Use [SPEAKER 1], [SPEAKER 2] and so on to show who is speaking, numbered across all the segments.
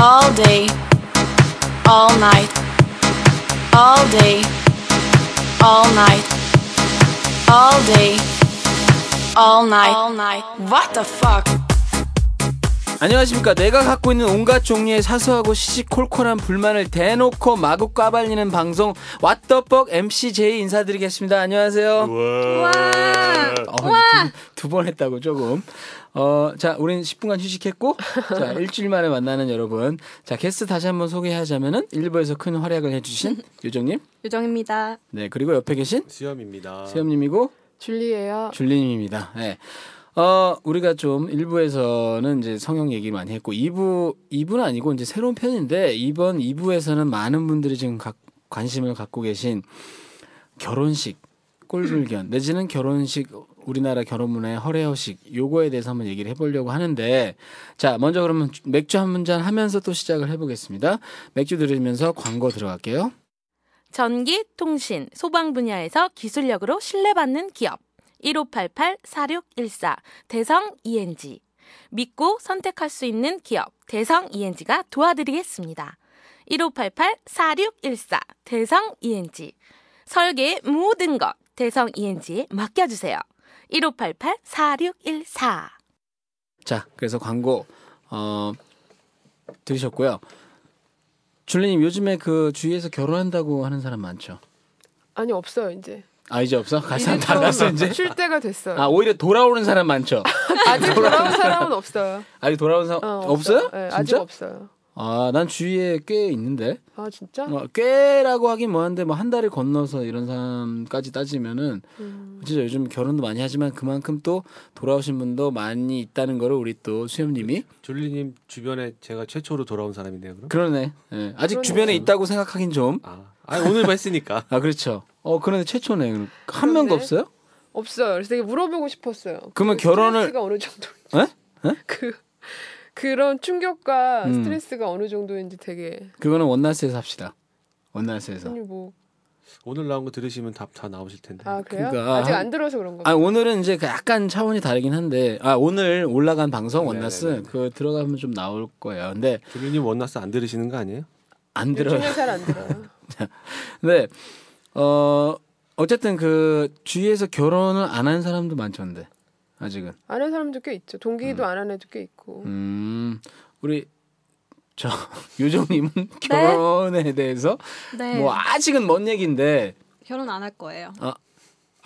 [SPEAKER 1] all day, all night, all day, all night, all day, all night, all night. What the fuck?
[SPEAKER 2] 안녕하십니까. 내가 갖고 있는 온갖 종류의 사소하고 시시콜콜한 불만을 대놓고 마구 까발리는 방송 왓더벅 MCJ 인사드리겠습니다. 안녕하세요. 어, 두 번 했다고 조금. 어, 자, 우린 10분간 휴식했고, 자, 일주일 만에 만나는 여러분. 자, 게스트 다시 한번 소개하자면은 일부에서 큰 활약을 해주신 요정님,
[SPEAKER 3] 요정입니다.
[SPEAKER 2] 네 그리고 옆에 계신
[SPEAKER 4] 수염입니다.
[SPEAKER 2] 세엄님이고
[SPEAKER 3] 줄리예요.
[SPEAKER 2] 줄리님입니다. 예. 어, 우리가 좀 1부에서는 이제 성형 얘기 많이 했고 2부 2부는 아니고 이제 새로운 편인데 이번 2부에서는 많은 분들이 지금 각- 관심을 갖고 계신 결혼식 꼴불견 내지는 결혼식 우리나라 결혼문화의 허례허식 요거에 대해서 한번 얘기를 해보려고 하는데 자 먼저 그러면 주- 맥주 한 잔 하면서 또 시작을 해보겠습니다 맥주 들으면서 광고 들어갈게요
[SPEAKER 5] 전기, 통신, 소방 분야에서 기술력으로 신뢰받는 기업. 1588-4614 대성 ENG. 믿고 선택할 수 있는 기업 대성 ENG가 도와드리겠습니다. 1588-4614 대성 ENG. 설계의 모든 것 대성 ENG에 맡겨주세요. 1588-4614
[SPEAKER 2] 자, 그래서 광고 어 들으셨고요. 줄리님 요즘에 그 주위에서 결혼한다고 하는 사람 많죠.
[SPEAKER 6] 아니 없어요 이제.
[SPEAKER 2] 아 이제 없어? 갈 사람
[SPEAKER 6] 이제
[SPEAKER 2] 다
[SPEAKER 6] 좀
[SPEAKER 2] 갔어 이제.
[SPEAKER 6] 쉴 때가 됐어요.
[SPEAKER 2] 아 오히려 돌아오는 사람 많죠.
[SPEAKER 6] 아직 돌아온 사람은 없어요.
[SPEAKER 2] 아직 돌아오는 사람
[SPEAKER 6] 어,
[SPEAKER 2] 없어요?
[SPEAKER 6] 네, 아직
[SPEAKER 2] 진짜?
[SPEAKER 6] 없어요.
[SPEAKER 2] 아 난 주위에 꽤 있는데
[SPEAKER 6] 아 진짜?
[SPEAKER 2] 뭐, 꽤라고 하긴 뭐한데 뭐 한 달을 건너서 이런 사람까지 따지면은
[SPEAKER 6] 음.
[SPEAKER 2] 진짜 요즘 결혼도 많이 하지만 그만큼 또 돌아오신 분도 많이 있다는 거를 우리 또 수염님이
[SPEAKER 4] 졸리님 주변에 제가 최초로 돌아온 사람인데요, 그럼?
[SPEAKER 2] 그러네. 예. 아직
[SPEAKER 6] 그러네요.
[SPEAKER 2] 주변에 있다고 생각하긴 좀
[SPEAKER 4] 아, 아 오늘 봤으니까.
[SPEAKER 2] 아 그렇죠. 어 그런데 최초네. 한 명도
[SPEAKER 6] 그런데?
[SPEAKER 2] 없어요?
[SPEAKER 6] 없어요. 그래서 되게 물어보고 싶었어요.
[SPEAKER 2] 그러면
[SPEAKER 6] 그
[SPEAKER 2] 결혼을-
[SPEAKER 6] 스트레스가 어느 정도?
[SPEAKER 2] 에? 에?
[SPEAKER 6] 그 그런 충격과
[SPEAKER 2] 음.
[SPEAKER 6] 스트레스가 어느 정도인지 되게
[SPEAKER 2] 그거는 원나스에서 합시다. 원나스에서.
[SPEAKER 6] 아니 뭐.
[SPEAKER 4] 오늘 나온 거 들으시면 답 다 나오실 텐데.
[SPEAKER 6] 아 그래요?
[SPEAKER 2] 그러니까
[SPEAKER 6] 아직
[SPEAKER 2] 한-
[SPEAKER 6] 안 들어서 그런 거.
[SPEAKER 2] 아 오늘은 이제 그 약간 차원이 다르긴 한데 아 오늘 올라간 방송 원나스
[SPEAKER 4] 네네네.
[SPEAKER 2] 그 들어가면 좀 나올 거예요. 근데
[SPEAKER 4] 졸리님 원나스 안 들으시는 거 아니에요?
[SPEAKER 6] 네,
[SPEAKER 2] 안 들어요.
[SPEAKER 6] 요즘에 잘안 들어요.
[SPEAKER 2] 근데 어 어쨌든 그 주위에서 결혼을 안 한 사람도 많던데 아직은.
[SPEAKER 6] 안 한 사람도 꽤 있죠. 동기도 안 한 애도 꽤 있고.
[SPEAKER 2] 음 우리 저 요정님은 결혼에 대해서
[SPEAKER 3] 네.
[SPEAKER 2] 뭐 아직은 먼 얘기인데
[SPEAKER 3] 결혼 안 할 거예요.
[SPEAKER 2] 아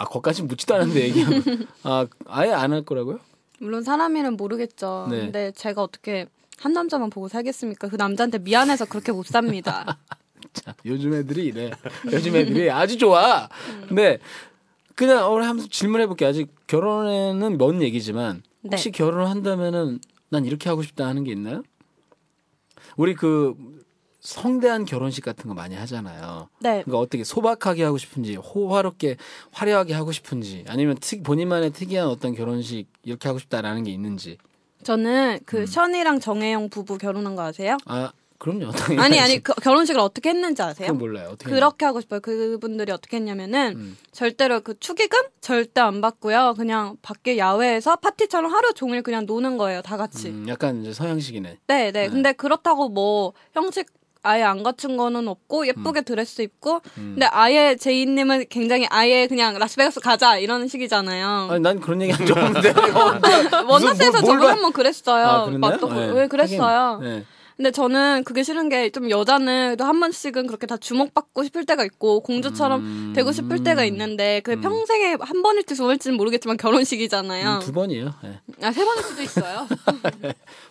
[SPEAKER 2] 거기까지 묻지도 않았는데 얘기하면 아 아예 안 할 거라고요?
[SPEAKER 3] 물론 사람이란 모르겠죠.
[SPEAKER 2] 네.
[SPEAKER 3] 근데 제가 어떻게 한 남자만 보고 살겠습니까? 그 남자한테 미안해서 그렇게 못 삽니다.
[SPEAKER 2] 자, 아, 요즘 애들이 이래. 요즘 애들이 아주 좋아. 근데 그냥 오늘 한번 질문해 볼게. 아직 결혼에는 먼 얘기지만
[SPEAKER 3] 네.
[SPEAKER 2] 혹시 결혼을 한다면은 난 이렇게 하고 싶다 하는 게 있나요? 우리 그 성대한 결혼식 같은 거 많이 하잖아요.
[SPEAKER 3] 네.
[SPEAKER 2] 그러니까 어떻게 소박하게 하고 싶은지, 호화롭게 화려하게 하고 싶은지, 아니면 특, 본인만의 특이한 어떤 결혼식 이렇게 하고 싶다라는 게 있는지.
[SPEAKER 3] 저는 그
[SPEAKER 2] 음.
[SPEAKER 3] 션이랑 정혜영 부부 결혼한 거 아세요?
[SPEAKER 2] 아, 그럼요. 당연히
[SPEAKER 3] 아니 아니 그 결혼식을 어떻게 했는지 아세요?
[SPEAKER 2] 그건 몰라요. 뭐 어떻게
[SPEAKER 3] 그렇게 하고 싶어요. 그분들이 어떻게 했냐면은
[SPEAKER 2] 음.
[SPEAKER 3] 절대로 그 축의금 절대 안 받고요. 그냥 밖에 야외에서 파티처럼 하루 종일 그냥 노는 거예요. 다 같이.
[SPEAKER 2] 음, 약간 이제 서양식이네.
[SPEAKER 3] 네, 네. 근데 그렇다고 뭐 형식 아예 안 갖춘 거는 없고
[SPEAKER 2] 음.
[SPEAKER 3] 예쁘게 드레스 입고 근데 아예 제이님은 굉장히 아예 그냥 라스베가스 가자 이런 식이잖아요.
[SPEAKER 2] 아니 난 그런 얘기 안
[SPEAKER 3] 아,
[SPEAKER 2] 좋았는데
[SPEAKER 3] 원나스에서
[SPEAKER 2] 뭘
[SPEAKER 3] 저도
[SPEAKER 2] 봐-
[SPEAKER 3] 한번 그랬어요.
[SPEAKER 2] 아, 그랬나요?
[SPEAKER 3] 맞다.
[SPEAKER 2] 네.
[SPEAKER 3] 왜 그랬어요?
[SPEAKER 2] 하긴, 네.
[SPEAKER 3] 근데 저는 그게 싫은 게 좀 여자는 또 한 번씩은 그렇게 다 주목받고 싶을 때가 있고 공주처럼
[SPEAKER 2] 음.
[SPEAKER 3] 되고 싶을 때가 있는데 그게 평생에 한 번일지 두 번일지는 모르겠지만 결혼식이잖아요.
[SPEAKER 2] 음, 두 번이에요. 예.
[SPEAKER 3] 아, 세 번일 수도 있어요.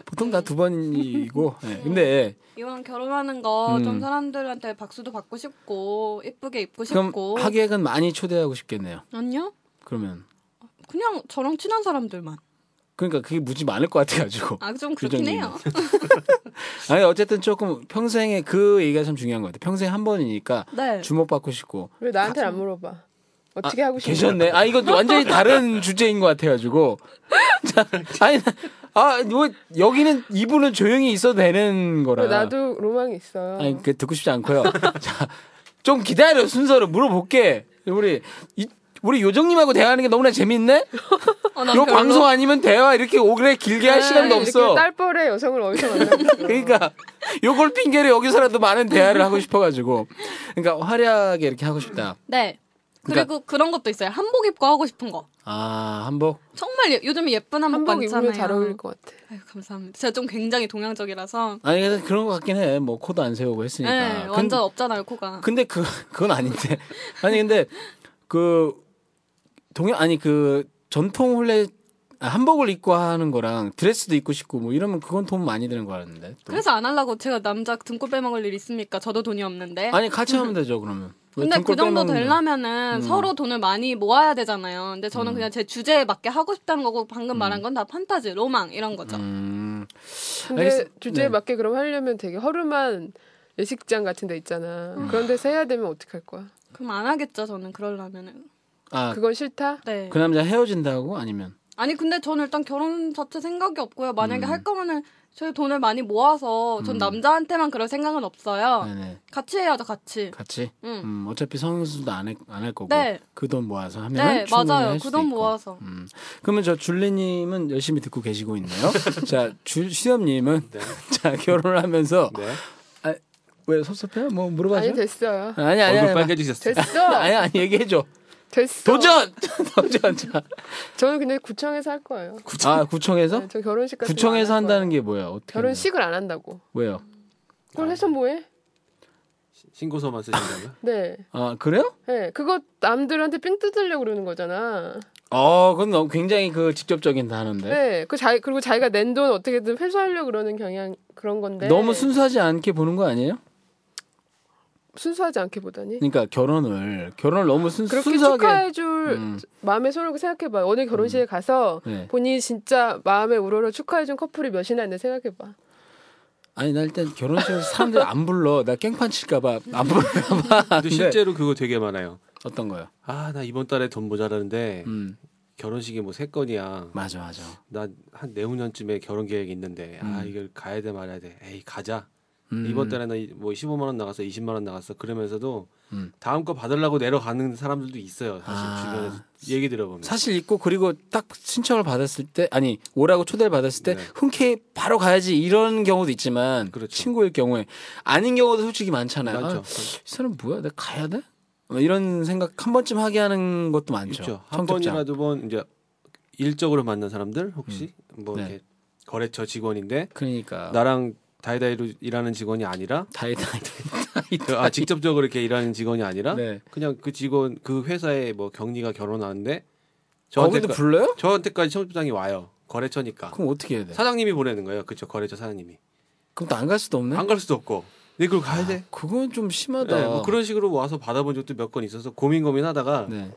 [SPEAKER 2] 보통 다 두 번이고.
[SPEAKER 3] 음.
[SPEAKER 2] 예. 근데
[SPEAKER 3] 이왕 결혼하는 거 좀
[SPEAKER 2] 음.
[SPEAKER 3] 사람들한테 박수도 받고 싶고 예쁘게 입고
[SPEAKER 2] 그럼
[SPEAKER 3] 싶고
[SPEAKER 2] 하객은 많이 초대하고 싶겠네요.
[SPEAKER 3] 아니요
[SPEAKER 2] 그러면
[SPEAKER 3] 그냥 저랑 친한 사람들만
[SPEAKER 2] 그러니까 그게 무지 많을 것 같아가지고.
[SPEAKER 3] 아 좀
[SPEAKER 2] 그
[SPEAKER 3] 그렇긴
[SPEAKER 2] 정도는.
[SPEAKER 3] 해요
[SPEAKER 2] 아니 어쨌든 조금 평생에 그 얘기가 참 중요한 것 같아. 요 평생 한 번이니까
[SPEAKER 3] 네
[SPEAKER 2] 주목받고 싶고.
[SPEAKER 6] 왜 나한테 안 물어봐? 어떻게 하고
[SPEAKER 2] 아,
[SPEAKER 6] 싶어?
[SPEAKER 2] 계셨네. 아 이건 완전히 다른 주제인 것 같아가지고. 자, 아니 아뭐 여기는 이분은 조용히 있어도 되는 거라.
[SPEAKER 6] 네, 나도 로망이 있어요.
[SPEAKER 2] 아니 그 듣고 싶지 않고요. 자, 좀 기다려 순서를 물어볼게. 우리 이, 우리 요정님하고 대화하는 게 너무나 재밌네.
[SPEAKER 3] 어, 난
[SPEAKER 2] 요
[SPEAKER 3] 별로-
[SPEAKER 2] 방송 아니면 대화 이렇게 오래 길게 할 네, 시간도
[SPEAKER 6] 네, 이렇게
[SPEAKER 2] 없어.
[SPEAKER 6] 딸뻘의 여성을 어디서 만나고 있어?
[SPEAKER 2] 그러니까 요걸 핑계로 여기서라도 많은 대화를 하고 싶어가지고. 그러니까 화려하게 이렇게 하고 싶다.
[SPEAKER 3] 네.
[SPEAKER 2] 그러니까
[SPEAKER 3] 그리고 그런 것도 있어요. 한복 입고 하고 싶은 거.
[SPEAKER 2] 아, 한복.
[SPEAKER 3] 정말 예- 요즘에 예쁜 한복,
[SPEAKER 6] 한복
[SPEAKER 3] 많잖아요.
[SPEAKER 6] 입으면 잘 어울릴 것 같아.
[SPEAKER 3] 아유, 감사합니다. 제가 좀 굉장히 동양적이라서.
[SPEAKER 2] 아니, 근데 그런 것 같긴 해. 뭐, 코도 안 세우고 했으니까.
[SPEAKER 3] 네, 완전 없잖아요, 코가.
[SPEAKER 2] 근데 그 그건 아닌데 아니 근데 그 동양 아니 그 전통 혼례 아, 한복을 입고 하는 거랑 드레스도 입고 싶고 뭐 이러면 그건 돈 많이 드는 거 같은데 또.
[SPEAKER 3] 그래서 안 하려고 제가 남자 등골 빼먹을 일 있습니까? 저도 돈이 없는데.
[SPEAKER 2] 아니 같이 하면 되죠 그러면 왜
[SPEAKER 3] 근데
[SPEAKER 2] 등골 음.
[SPEAKER 3] 그 정도
[SPEAKER 2] 빼먹는 거?
[SPEAKER 3] 되려면은 서로 돈을 많이 모아야 되잖아요. 근데
[SPEAKER 2] 음.
[SPEAKER 3] 저는 그냥 제 주제에 맞게 하고 싶다는 거고 방금 말한 건 다 판타지, 로망 이런 거죠.
[SPEAKER 2] 음,
[SPEAKER 6] 근데
[SPEAKER 2] 알겠습-
[SPEAKER 6] 주제에
[SPEAKER 2] 네.
[SPEAKER 6] 맞게 그럼 하려면 되게 허름한 예식장 같은 데 있잖아. 그런 데서 해야 되면 어떡할 거야?
[SPEAKER 3] 그럼 안 하겠죠, 저는 그러려면은.
[SPEAKER 2] 아,
[SPEAKER 6] 그건 싫다?
[SPEAKER 3] 네.
[SPEAKER 2] 그 남자 헤어진다고 아니면
[SPEAKER 3] 아니 근데 저는 일단 결혼 자체 생각이 없고요. 만약에 할 거면은 저희 돈을 많이 모아서 전
[SPEAKER 2] 음.
[SPEAKER 3] 남자한테만 그럴 생각은 없어요.
[SPEAKER 2] 네네
[SPEAKER 3] 같이 해야죠, 같이.
[SPEAKER 2] 같이
[SPEAKER 3] 응.
[SPEAKER 2] 음, 어차피 성수도 안 할 안 할 거고
[SPEAKER 3] 네.
[SPEAKER 2] 그 돈 모아서 하면
[SPEAKER 3] 네,
[SPEAKER 2] 충분히
[SPEAKER 3] 맞아요.
[SPEAKER 2] 할 수도
[SPEAKER 3] 그 돈
[SPEAKER 2] 있고.
[SPEAKER 3] 모아서.
[SPEAKER 2] 음. 그러면 저 줄리님은 열심히 듣고 계시고 있네요. 자, 주, 시험님은
[SPEAKER 4] 네.
[SPEAKER 2] 자 결혼을 하면서
[SPEAKER 4] 네.
[SPEAKER 2] 왜 섭섭해요? 뭐
[SPEAKER 6] 아니
[SPEAKER 2] 물어봐줘.
[SPEAKER 6] 됐어요.
[SPEAKER 2] 아니 아니
[SPEAKER 4] 얼굴
[SPEAKER 2] 아니 아니
[SPEAKER 4] 빨개지셨어요.
[SPEAKER 6] 됐어.
[SPEAKER 2] 아니, 아니 얘기해 줘.
[SPEAKER 6] 됐어.
[SPEAKER 2] 도전 도전. 자.
[SPEAKER 6] 저는 근데 구청에서 할 거예요.
[SPEAKER 2] 아 구청에서
[SPEAKER 6] 네, 저 결혼식 같은
[SPEAKER 2] 구청에서
[SPEAKER 6] 거안 할 거예요.
[SPEAKER 2] 한다는 게 뭐야? 어떻게 아.
[SPEAKER 6] 결혼식을 안 한다고.
[SPEAKER 2] 하나? 왜요?
[SPEAKER 6] 그걸 해서 뭐해?
[SPEAKER 4] 신고서만 쓰신다고요?
[SPEAKER 6] 네.
[SPEAKER 2] 아 그래요?
[SPEAKER 6] 네. 그거 남들한테 삥 뜯으려고 그러는 거잖아.
[SPEAKER 2] 어 그건 너무 굉장히 그 직접적인
[SPEAKER 6] 네.
[SPEAKER 2] 단어인데
[SPEAKER 6] 그 자기 그리고 자기가 낸 돈 어떻게든 회수하려고 그러는 경향 그런 건데.
[SPEAKER 2] 네. 너무 순수하지 않게 보는 거 아니에요?
[SPEAKER 6] 네. 순수하지 않게 보다니.
[SPEAKER 2] 그러니까 결혼을 결혼을 너무 음, 순,
[SPEAKER 6] 그렇게
[SPEAKER 2] 순수하게
[SPEAKER 6] 축하해줄
[SPEAKER 2] 음.
[SPEAKER 6] 마음의 소리고 생각해봐. 어느 결혼식에 가서
[SPEAKER 2] 네.
[SPEAKER 6] 본인이 진짜 마음에 우러러 축하해준 커플이 몇이나 있는데 생각해봐.
[SPEAKER 2] 네. 아니 나 일단 결혼식에서 사람들 안 불러 나 깽판 칠까봐 안 불러봐
[SPEAKER 4] 근데 실제로 그거 되게 많아요.
[SPEAKER 2] 어떤 거요?
[SPEAKER 4] 아, 나 이번 달에 돈 모자라는데
[SPEAKER 2] 음
[SPEAKER 4] 결혼식이 뭐 세 건이야.
[SPEAKER 2] 맞아 맞아
[SPEAKER 4] 나한 네 내후년쯤에 결혼 계획이 있는데 아,
[SPEAKER 2] 음.
[SPEAKER 4] 이걸 가야 돼 말아야 돼. 에이, 가자.
[SPEAKER 2] 음,
[SPEAKER 4] 이번 달에는 뭐 15만 원 나갔어, 20만 원 나갔어. 그러면서도
[SPEAKER 2] 음.
[SPEAKER 4] 다음 거 받으려고 내려가는 사람들도 있어요. 사실
[SPEAKER 2] 아.
[SPEAKER 4] 주변에서 얘기 들어보면.
[SPEAKER 2] 사실 있고 그리고 딱 신청을 받았을 때 아니 오라고 초대를 받았을 때
[SPEAKER 4] 네.
[SPEAKER 2] 흔쾌히 바로 가야지 이런 경우도 있지만
[SPEAKER 4] 그렇죠.
[SPEAKER 2] 친구일 경우에 아닌 경우도 솔직히 많잖아요.
[SPEAKER 4] 맞죠.
[SPEAKER 2] 아, 이 사람 뭐야? 내가 가야 돼? 뭐 이런 생각 한 번쯤 하게 하는 것도 많죠.
[SPEAKER 4] 있죠. 한
[SPEAKER 2] 청첩장.
[SPEAKER 4] 번이나 두 번 이제 일적으로 만난 사람들 혹시 뭐
[SPEAKER 2] 네.
[SPEAKER 4] 이렇게 거래처 직원인데
[SPEAKER 2] 그러니까
[SPEAKER 4] 나랑 다이다이로 일하는 직원이 아니라
[SPEAKER 2] 다이다이
[SPEAKER 4] 아 직접적으로 이렇게 일하는 직원이 아니라
[SPEAKER 2] 네.
[SPEAKER 4] 그냥 그 직원 그 회사에 뭐 경리가 결혼하는데
[SPEAKER 2] 거기도
[SPEAKER 4] 저한테까,
[SPEAKER 2] 어, 불러요?
[SPEAKER 4] 저한테까지 청첩장이 와요. 거래처니까.
[SPEAKER 2] 그럼 네. 어떻게 해야 돼?
[SPEAKER 4] 사장님이 보내는 거예요. 그쵸 거래처 사장님이.
[SPEAKER 2] 그럼 또 안 갈 수도 없네. 아,
[SPEAKER 4] 안 갈 수도 없고. 근데 그걸 가야 돼.
[SPEAKER 2] 그건 좀 심하다.
[SPEAKER 4] 네, 뭐 그런 식으로 와서 받아본 적도 몇 건 있어서 고민 고민하다가
[SPEAKER 2] 네.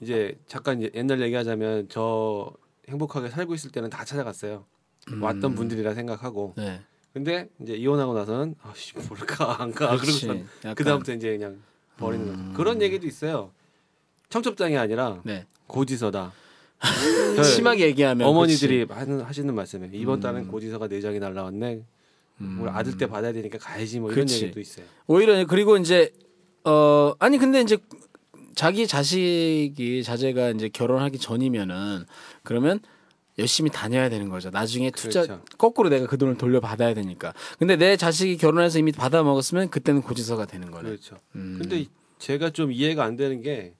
[SPEAKER 4] 이제 잠깐 이제 옛날 얘기하자면 저 행복하게 살고 있을 때는 다 찾아갔어요.
[SPEAKER 2] 음.
[SPEAKER 4] 왔던 분들이라 생각하고.
[SPEAKER 2] 네.
[SPEAKER 4] 근데 이제 이혼하고 나서는 아씨 뭘까 안가
[SPEAKER 2] 그렇지.
[SPEAKER 4] 그러고
[SPEAKER 2] 약간. 음.
[SPEAKER 4] 그 다음부터 이제 그냥 버리는 거죠. 그런 얘기도 있어요. 청첩장이 아니라
[SPEAKER 2] 네.
[SPEAKER 4] 고지서다. 저희
[SPEAKER 2] 심하게 얘기하면 음.
[SPEAKER 4] 어머니들이 하는, 하시는 말씀에 이번 달은 고지서가 네 장이 날라왔네. 우리 아들 때 받아야 되니까 가야지 뭐 이런
[SPEAKER 2] 그치.
[SPEAKER 4] 얘기도 있어요.
[SPEAKER 2] 오히려 그리고 이제 어 아니 근데 이제 자기 자식이 자제가 이제 결혼하기 전이면은 그러면 열심히 다녀야 되는 거죠. 나중에 투자
[SPEAKER 4] 그렇죠.
[SPEAKER 2] 거꾸로 내가 그 돈을 돌려받아야 되니까. 근데 내 자식이 결혼해서 이미 받아 먹었으면 그때는 고지서가 되는 거네.
[SPEAKER 4] 그렇죠.
[SPEAKER 2] 음.
[SPEAKER 4] 근데 제가 좀 이해가 안 되는 게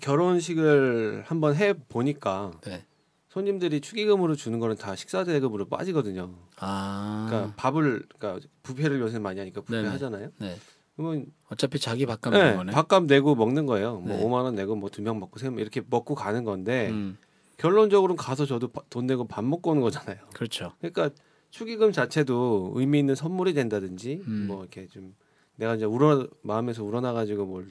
[SPEAKER 4] 결혼식을 한번 해 보니까
[SPEAKER 2] 네.
[SPEAKER 4] 손님들이 축의금으로 주는 거는 다 식사 대금으로 빠지거든요.
[SPEAKER 2] 아.
[SPEAKER 4] 그러니까 밥을 그러니까 부페를 요새 많이 하니까 부페
[SPEAKER 2] 네네.
[SPEAKER 4] 하잖아요.
[SPEAKER 2] 네.
[SPEAKER 4] 그러면
[SPEAKER 2] 어차피 자기 밥값 는
[SPEAKER 4] 네,
[SPEAKER 2] 거네.
[SPEAKER 4] 밥값 내고 먹는 거예요. 뭐
[SPEAKER 2] 네.
[SPEAKER 4] 5만 원 내고 뭐 두 명 먹고 세명 이렇게 먹고 가는 건데
[SPEAKER 2] 음.
[SPEAKER 4] 결론적으로는 가서 저도 바- 돈 내고 밥 먹고 오는 거잖아요.
[SPEAKER 2] 그렇죠.
[SPEAKER 4] 그러니까 축의금 자체도 의미 있는 선물이 된다든지
[SPEAKER 2] 음.
[SPEAKER 4] 뭐 이렇게 좀 내가 이제 우러 마음에서 우러나 가지고 뭘